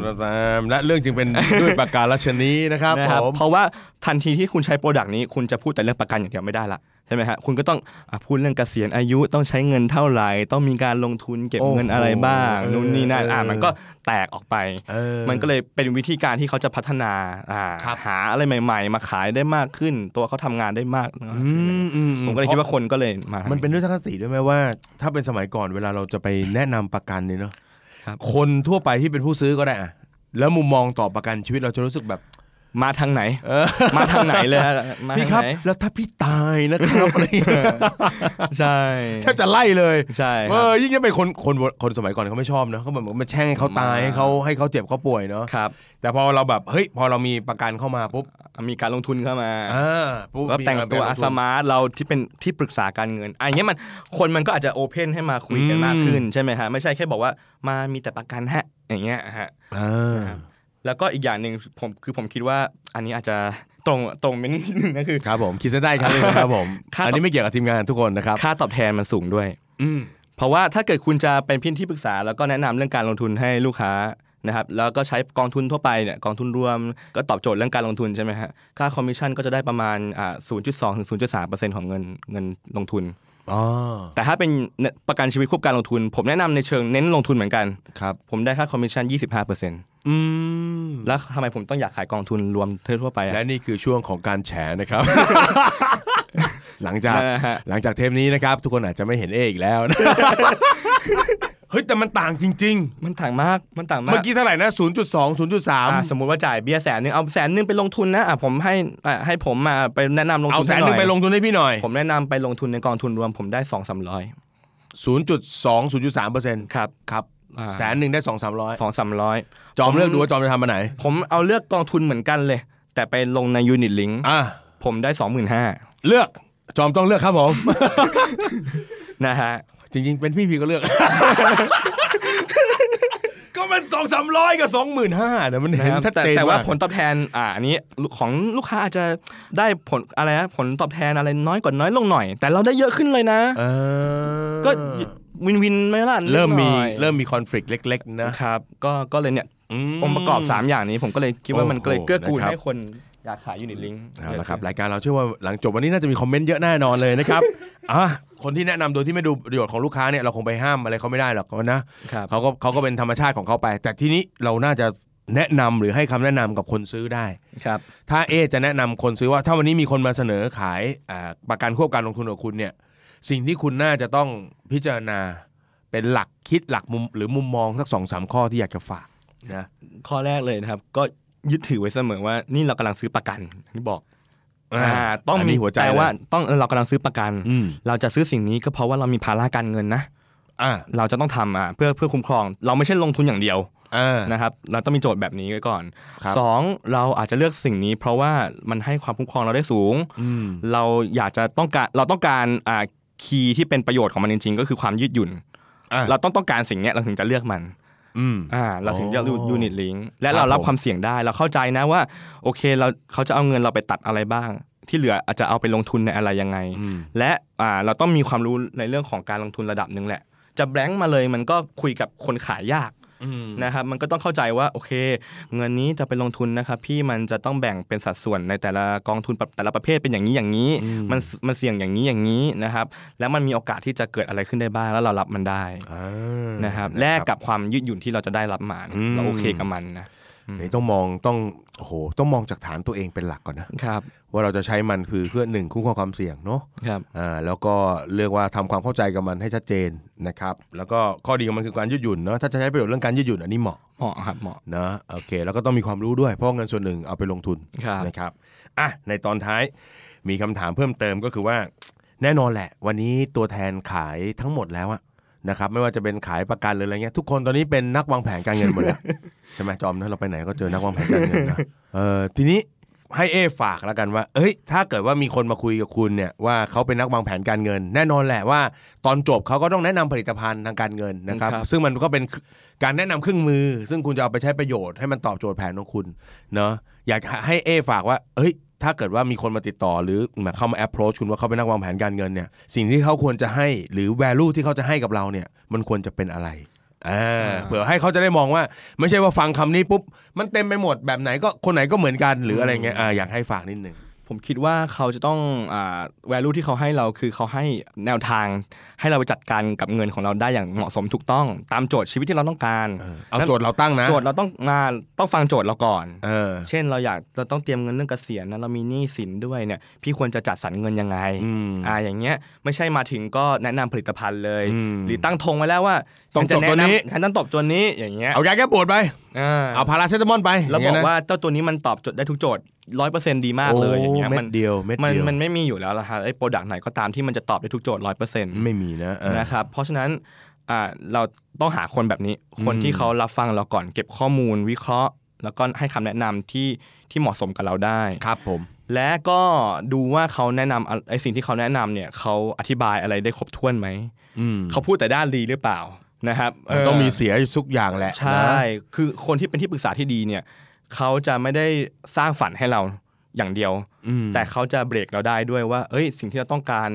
S1: และเรื่องจึงเป็นด้วยประการราชนีนะครับ
S2: นะ
S1: ผ
S2: ครับ
S1: ม
S2: เพราะว่าทันทีที่คุณใช้โปรดักต์นี้ คุณจะพูดแต่เรื่องประกันอย่างเดียวไม่ได้ละใช่ไหมฮะคุณก็ต้องอ่ะพูดเรื่องเกษียณอายุต้องใช้เงินเท่าไหร่ต้องมีการลงทุนเก็บ
S1: โอ้โห
S2: เงินอะไรบ้าง
S1: เออ
S2: นู่นนี่นั่นอ่ะ
S1: เออ
S2: มันก็แตกออกไป
S1: เออ
S2: มันก็เลยเป็นวิธีการที่เขาจะพัฒนาอ่า
S1: ครับ
S2: หาอะไรใหม่ ๆ มาขายได้มากขึ้น ตัวเขาทำงานได้มากนะ
S1: อืมอืมอื
S2: ผมก็เลยคิดว่าคนก็เลยมาทำ
S1: มันเป็นด้วยทัศนคติด้วยไหมว่า ถ้าเป็นสมัยก่อนเวลาเราจะไปแนะนำประกันเนี่ยเนาะ
S2: ครับ
S1: คนทั่วไปที่เป็นผู้ซื้อก็ได้อะแล้วมุมมองต่อประกันชีวิตเราจะรู้สึกแบบ
S2: มาทางไหนมาทางไหนเลย ฮะมา
S1: พี่ค
S2: ทา
S1: รับ
S2: งไหน
S1: แล้วถ้าพี่ตาย นะครับอะไรอย่างเงี้ย
S2: ใช่
S1: แทบจะไล่เลย
S2: ใช่ค
S1: เอ
S2: รับ
S1: อยิ่งจะเป็นคนคนคนสมัยก่อนเขาไม่ชอบนะเขาแบบมาแช่งให้เขาตาย
S2: มา
S1: ให้เขาให้เขาเจ็บเขาป่วยเนาะ
S2: ครับ
S1: แต่พอเราแบบเฮ้ยพอเรามีประกันเข้ามาปุ๊บ
S2: มีการลงทุนเข้ามา
S1: อ่าปุ๊บ
S2: แล้วแต่งตั
S1: มี
S2: วอา
S1: การ
S2: สมาร์ทเราที่เป็นที่ปรึกษาการเงินอันนี้ยมันคนมันก็อาจจะโอเพนให้มาคุยกันมากขึ้นใช่ไหมฮะไม่ใช่แค่บอกว่ามามีแต่ประกันฮะอย่างเงี้ยฮะ
S1: อ่า
S2: แล้วก็อีกอย่างหนึ่งผมคือผมคิดว่าอันนี้อาจจะตรงตรงไปนิดนึงนะคือ
S1: ครับผมขีดเส้นใต้อีกครั้งหนึงนะครับผม
S2: ค่าตอบ
S1: อันนี้ไม่เกี่ยวกับทีมงานทุกคนนะครับ
S2: ค่าตอบแทนมันสูงด้วย
S1: อืม
S2: เพราะว่าถ้าเกิดคุณจะเป็นพี่ที่ปรึกษา แล้วก็แนะนำเรื่องการลงทุนให้ลูกค้านะครับแล้วก็ใช้กองทุนทั่วไปเนี่ยกองทุนรวมก็ตอบโจทย์เรื่องการลงทุนใช่ไหมฮะค่าคอมมิชชั่นก็จะได้ประมาณอ่า0.2ถึง0.3เปอร์เซ็นต์ของเงินเงินลงทุน
S1: อ๋อ
S2: แต่ถ้าเป็นประกันชีวิตควบการลงทุน ผมแนะนำในเชิงเน้นลงทุนเหมือนกัน
S1: ครับ
S2: ผมได้ค่าคอมมิชชั่น25เปอร์เซ็นต์
S1: อืม
S2: แล้วทำไมผมต้องอยากขายกองทุนรวมทั่วๆไปอะ
S1: และนี่คือช่วงของการแฉนะครับ หลังจาก
S2: นะฮะ
S1: หลังจากเทปนี้นะครับ ทุกคนอาจจะไม่เห็นเออีกแล้วนะ เฮ้ยแต่มันต่างจริง
S2: มันต่างมากมันต่าง
S1: ๆ
S2: มาก
S1: เมื่อกี้เท่าไหร่นะ 0.2
S2: อ่ะ
S1: 0.3
S2: สมมุติว่าจ่ายเบี้ยแสนหนึ่งเอาแสนหนึ่งไปลงทุนนะอ่ะผมให้อ่ะให้ผมมาไปแนะนำลง
S1: เอา
S2: ทุน
S1: แสนหนึ่งไปลงทุนให้พี่หน่อย
S2: ผมแนะนำไปลงทุนในกองทุนรวมผมได้สองสามร้อย
S1: 0.2 0.3เปอร์เซ็นต์
S2: ครับ
S1: ครับแสนหนึ่งได้ 2 3 0
S2: สองสามร้อย
S1: 0 จอมเลือกดูว่าจอมจะทำมาไหน
S2: ผมเอาเลือกกองทุนเหมือนกันเลย แต่ไปลงในยูนิตลิง
S1: อ่ะ
S2: ผมได้สองหมื่นห้า
S1: เลือกจอมต้องเลือกครับผม
S2: นะฮะ
S1: จริงๆ เป็นพี่พี่ก็เลื อก ก็มันสองสามร้อยกับสองหมื่นห้าเนี่ยมัน
S2: นะ
S1: เห็น
S2: ครับ
S1: ชัด
S2: แต่
S1: เจน
S2: แต่ว่าม
S1: ก
S2: ผลตอบแทนอ่าอันนี้ของลูกค้าอาจจะได้ผลอะไรนะผลตอบแทนอะไรน้อยกว่าน้อยลงหน่อย แต่เราได้เยอะขึ้นเลยนะ
S1: เออ
S2: ก็วินวินไหม่ล่ะนิด
S1: เริ่มมี
S2: หน่อย
S1: เริ่มมีคอนฟ lict เล็ก ๆ นะครับ
S2: ก็ก็เลยเนี่ย
S1: ม
S2: องค์ประกอบ 3 อย่างนี้ผมก็เลยคิดว่ามัน
S1: โอ้โห
S2: ก็เลยเกื้อกูล
S1: นะครับ
S2: ให้คนอยากขายยูนิตลิงก์
S1: เอาละครับรายการเราเชื่อว่าหลังจบวันนี้น่าจะมีคอมเมนต์เยอะแน่นอนเลยนะครับ อ่ะคนที่แนะนำโดยที่ไม่ดูประโยชน์ของลูกค้าเนี่ยเราคงไปห้ามอะไรเขาไม่ได้หรอกนะ
S2: ครับ
S1: เขาก็เขาก็เป็นธรรมชาติของเขาไป แต่ทีนี้เราน่าจะแนะนำหรือให้คำแนะนำกับคนซื้อได้
S2: ครับ
S1: ถ้าเอจะแนะนำคนซื้อว่าถ้าวันนี้มีคนมาเสนอขายอ่าประกันควบการลงทุนของคุณเนี่ยสิ่งที่คุณน่าจะต้องพิจารณาเป็นหลักคิดหลักมุมหรือมุมมองสักสองสามข้อที่อยากจะฝากนะ
S2: ข้อแรกเลยนะครับ ก็ยึดถือไว้เสมอว่านี่เรากำลังซื้อประกันอย่างที่บอก
S1: อ่า
S2: อ่าต้อง
S1: น
S2: มี
S1: นี้หัวใจ
S2: แปลว่า
S1: เลย
S2: ต้องเออเรากำลังซื้อประกัน
S1: อืม
S2: เราจะซื้อสิ่งนี้ก็เพราะว่าเรามีภาระการเงินนะ
S1: อ่า
S2: เราจะต้องทำอ่ะเพื่อเพื่อคุ้มครอง เราไม่ใช่ลงทุนอย่างเดียว
S1: อ่า
S2: นะครับ เราต้องมีโจทย์แบบนี้ไว้ก่อน
S1: ครับ
S2: สองเราอาจจะเลือกสิ่งนี้ เพราะว่ามันให้ความคุ้มครองเราได้สูง
S1: อืม
S2: เราอยากจะต้องการเราต้องการอ่าคีย์ที่เป็นประโยชน์ของมันจริงๆ ก็คือความยืดหยุ่น
S1: อ่า
S2: เราต้องต้องการสิ่งเนี้ยเราถึงจะเลือกมัน
S1: อืม
S2: อ่า เราถึงจะ
S1: อ๋อ
S2: ยูนิตลิงก์
S1: ค
S2: และ
S1: รับ
S2: เรารับ
S1: ผม
S2: ความเสี่ยงได้ เราเข้าใจนะว่า โอเคเราเขาจะเอาเงินเราไปตัดอะไรบ้าง ที่เหลืออาจจะเอาไปลงทุนในอะไรยังไง
S1: อืม
S2: และอ่าเราต้องมีความรู้ในเรื่องของการลงทุนระดับหนึ่งแหละ จะแบงค์มาเลยมันก็คุยกับคนขายยาก
S1: อืม
S2: นะครับ มันก็ต้องเข้าใจว่าโอเค เงินนี้จะไปลงทุนนะครับพี่มันจะต้องแบ่งเป็นสัดส่วนในแต่ละกองทุนปะแต่ละประเภทเป็นอย่างนี้อย่างนี้ มันมันเสี่ยงอย่างนี้อย่างนี้นะครับ แล้วมันมีโอกาสที่จะเกิดอะไรขึ้นได้บ้างแล้วเรารับมันได้
S1: อ่า
S2: นะครับแลกกับความยืดหยุ่นที่เราจะได้รับมา
S1: อืม
S2: เราโอเคกับมันนะ
S1: นี่ต้องมองต้องโอ้โหต้องมองจากฐานตัวเองเป็นหลักก่อนนะครับว่าเราจะใช้มันคือเพื่อหนึ่งคุ้มครองความเสี่ยงเนาะ
S2: ครับ
S1: อ่าแล้วก็เรียกว่าทำความเข้าใจกับมันให้ชัดเจนนะครับ แล้วก็ข้อดีของมันคือการยืดหยุ่นเนาะถ้าจะใช้ประโยชน์เรื่องการยืดหยุ่นอันนี้เหมาะ
S2: เหมาะครับเหมาะ
S1: นะโอเค แล้วก็ต้องมีความรู้ด้วยเพราะเงินส่วนหนึ่งเอาไปลงทุน
S2: ครับ
S1: นะครับอ่ะในตอนท้ายมีคำถามเพิ่มเติมก็คือว่า แน่นอนแหละ วันนี้ตัวแทนขายทั้งหมดแล้วอะนะครับไม่ว่าจะเป็นขายประกันหรืออะไรเงี้ยทุกคนตอนนี้เป็นนักวางแผนการเงินหมดแล้ว ใช่ไหมจอมนะเราไปไหนก็เจอนักวางแผนการเงินนะเออทีนี้ ให้เอฝากแล้วกันว่า เอ้ย ถ้าเกิดว่ามีคนมาคุยกับคุณเนี่ยว่าเขาเป็นนักวางแผนการเงิน แน่นอนแหละว่า ตอนจบเขาก็ต้องแนะนำผลิตภัณฑ์ทางการเงินนะครับ ซึ่งมันก็เป็นการแนะนำเครื่องมือ ซึ่งคุณจะเอาไปใช้ประโยชน์ให้มันตอบโจทย์แผนของคุณเนาะอยากให้เอฝากว่า เอ้ย ถ้าเกิดว่ามีคนมาติดต่อหรือมาเข้ามา approach คุณว่าเขาเป็นนักวางแผนการเงินเนี่ย สิ่งที่เขาควรจะให้หรือ value ที่เขาจะให้กับเราเนี่ย มันควรจะเป็นอะไรอ่าเผื่อให้เขาจะได้มองว่า ไม่ใช่ว่าฟังคำนี้ปุ๊บ มันเต็มไปหมดแบบไหนก็คนไหนก็เหมือนกันหรืออะไรเงี้ยอ่าอยากให้ฝากนิดหนึ่ง
S2: ผมคิดว่าเขาจะต้องอ่า value ที่เขาให้เราคือเขาให้แนวทาง ให้เราไปจัดการกับเงินของเราได้อย่างเหมาะสมถูกต้อง ตามโจทย์ชีวิตที่เราต้องการ
S1: เอาโจทย์เราตั้งนะ
S2: โจทย์เราต้องมาต้องฟังโจทย์เราก่อน
S1: เออ
S2: เช่นเราอยากเราต้องเตรียมเงินเรื่องเกษียณนะเรามีหนี้สินด้วยเนี่ยพี่ควรจะจัดสรรเงินยังไง
S1: อืม
S2: อ่าอย่างเงี้ยไม่ใช่มาถึงก็แนะนำผลิตภัณฑ์เลย
S1: อืม
S2: หรือตั้งธงไว้แล้วว่า
S1: ต้อง
S2: ฉัจะ
S1: จบตัว
S2: แะำ
S1: นี้
S2: ฉันต้องตอบตัวนี้อย่างเงี้ย
S1: เอายาแก้ปวดไป
S2: อ่า
S1: เอาพาราเซตามอลไป
S2: แล้วบอก
S1: ย่งเงี้ยนะ
S2: ว่าเจ้าตัวนี้มันตอบโจทย์ได้ทุกโจทย์ร้อยเปอร์เซ็นต์ดีมากเลยอย่างเงี้ย
S1: โเม็
S2: มั
S1: ดเดียวเม็ด
S2: มัน
S1: เดียว
S2: มันไม่มีอยู่แล้วล่ะฮะไอ้โปรดักต์ไหนก็ตามที่มันจะตอบได้ทุกโจทย์ร้อยเปอร์เซ็นต์
S1: ไม่มีนะเออ
S2: นะครับเพราะฉะนั้นอ่าเราต้องหาคนแบบนี้คน
S1: อืม
S2: ที่เขารับฟังเราก่อนเก็บข้อมูลวิเคราะห์ แล้วก็ให้คำแนะนำที่ที่เหมาะสมกับเราได้
S1: ครับผม
S2: และก็ดูว่าเขาแนะนำอะไอสิ่งที่เขาแนะนำเนี่ยเขาอธิบายอะไรได้ครบถ้วนไหม
S1: อืม
S2: เขาพูดแต่ด้านดีหรือเปล่านะครับเ
S1: มันต้องมีเสียอยู่ทุกอย่างแหละ
S2: ใช่ คือคนที่เป็นที่ปรึกษาที่ดีเนี่ยเขาจะไม่ได้สร้างฝันให้เราอย่างเดียว แต่
S1: แต่
S2: เขาจะเบรกเราได้ด้วยว่า เอ้ย สิ่งที่เราต้องการ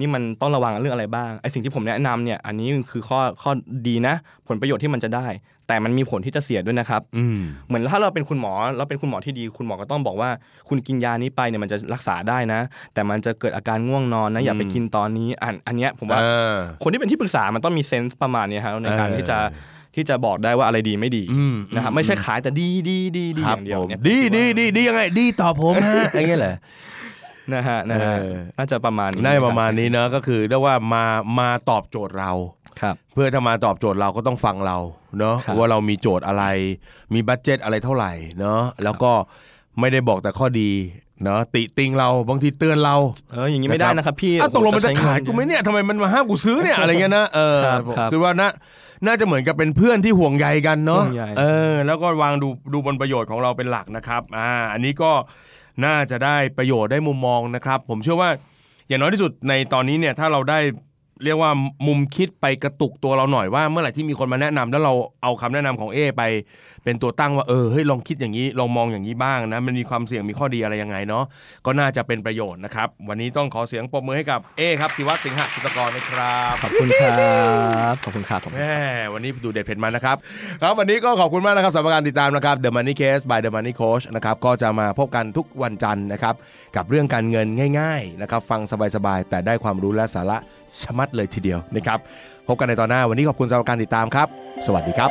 S2: นี่มันต้องระวังเรื่องอะไรบ้างไอ้สิ่งที่ผมแนะนำเนี่ยอันนี้คือข้อข้อดีนะ ผลประโยชน์ที่มันจะได้ แต่มันมีผลที่จะเสียด้วยนะครับ
S1: อืม
S2: เหมือนถ้าเราเป็นคุณหมอเราเป็นคุณหมอที่ดี คุณหมอก็ต้องบอกว่า คุณกินยานี้ไปเนี่ยมันจะรักษาได้นะ แต่มันจะเกิดอาการง่วงนอนนะอย่าไปกินตอนนี้อันอันเนี้ยผมว่า
S1: เออ
S2: คนที่เป็นที่ปรึกษามันต้องมีเซนส์ประมาณเนี้ยครับในการ
S1: เออ
S2: ที่จะที่จะบอกได้ว่าอะไรดีไม่ดี
S1: อืม
S2: นะครับไม่ใช่ขายแต่ดีดีดีดี
S1: ค
S2: อ
S1: รับ
S2: ย่างเดีย
S1: ผม
S2: วเนี่ย
S1: ดีดีดีดียังไง ดีต่อผมฮะอย่างเงี้ยเหรอ
S2: นะฮะนะฮะ
S1: เออ
S2: น่าจะประมาณ
S1: น่าจะประมาณนี้เนอะก็คือเรียกว่ามามาตอบโจทย์เรา
S2: ครับ
S1: เพื่อถ้ามาตอบโจทย์เราก็ต้องฟังเราเนาะ
S2: ครับ
S1: ว่าเรามีโจทย์อะไร มีบัตเจตอะไรเท่าไหร่เนาะแล้วก็ไม่ได้บอกแต่ข้อดีเนาะติติงเราบางทีเตือนเรา
S2: เอออย่างนี้ไม่ได้นะครับพี่
S1: อ่ะตกลงมันจะ
S2: ใช้เ
S1: ขายกูไหมเนี่ยทำไมมันมาห้ามกูซื้อเนี่ยอะไรเงี้ยนะเออ
S2: ครับ
S1: ผม
S2: ครับ
S1: คือว่าน่าน่าจะเหมือนกับเป็นเพื่อนที่ห่วงใยกันเนาะ
S2: ห่วงใย
S1: เออ แล้วก็วางดูดูบนประโยชน์ของเราเป็นหลักนะครับอ่าอันนี้ก็น่าจะได้ประโยชน์ได้มุมมองนะครับ ผมเชื่อว่าอย่างน้อยที่สุดในตอนนี้เนี่ยถ้าเราได้เรียกว่ามุมคิดไปกระตุกตัวเราหน่อยว่า เมื่อไหร่ที่มีคนมาแนะนำแล้วเราเอาคำแนะนำของเอไป เป็นตัวตั้งว่าเออเฮ้ยลองคิดอย่างนี้ลองมองอย่างนี้บ้างนะมันมีความเสี่ยงมีข้อดีอะไรยังไงเนาะ ก็น่าจะเป็นประโยชน์นะครับ วันนี้ต้องขอเสียงปรบมือให้กับเอครับศิวัตสิงหสิตกรนะครับ
S2: ขอบคุณครับขอบคุณครับผม
S1: แม่วันนี้ดูเด็ดเผ็ดมันนะครับ ครับวันนี้ก็ขอบคุณมากนะครับสำหรับการติดตามนะครับ The Money Case by The Money Coach นะครับก็จะมาพบกันทุกวันจันทร์นะครับ กับเรื่องการเงินง่ายๆนะครับฟังสบายๆ แต่ได้ความรู้และสาระชะมัดเลยทีเดียวนะครับพบกันในตอนหน้าวันนี้ขอบคุณสำหรับการติดตามครับ สวัสดีครับ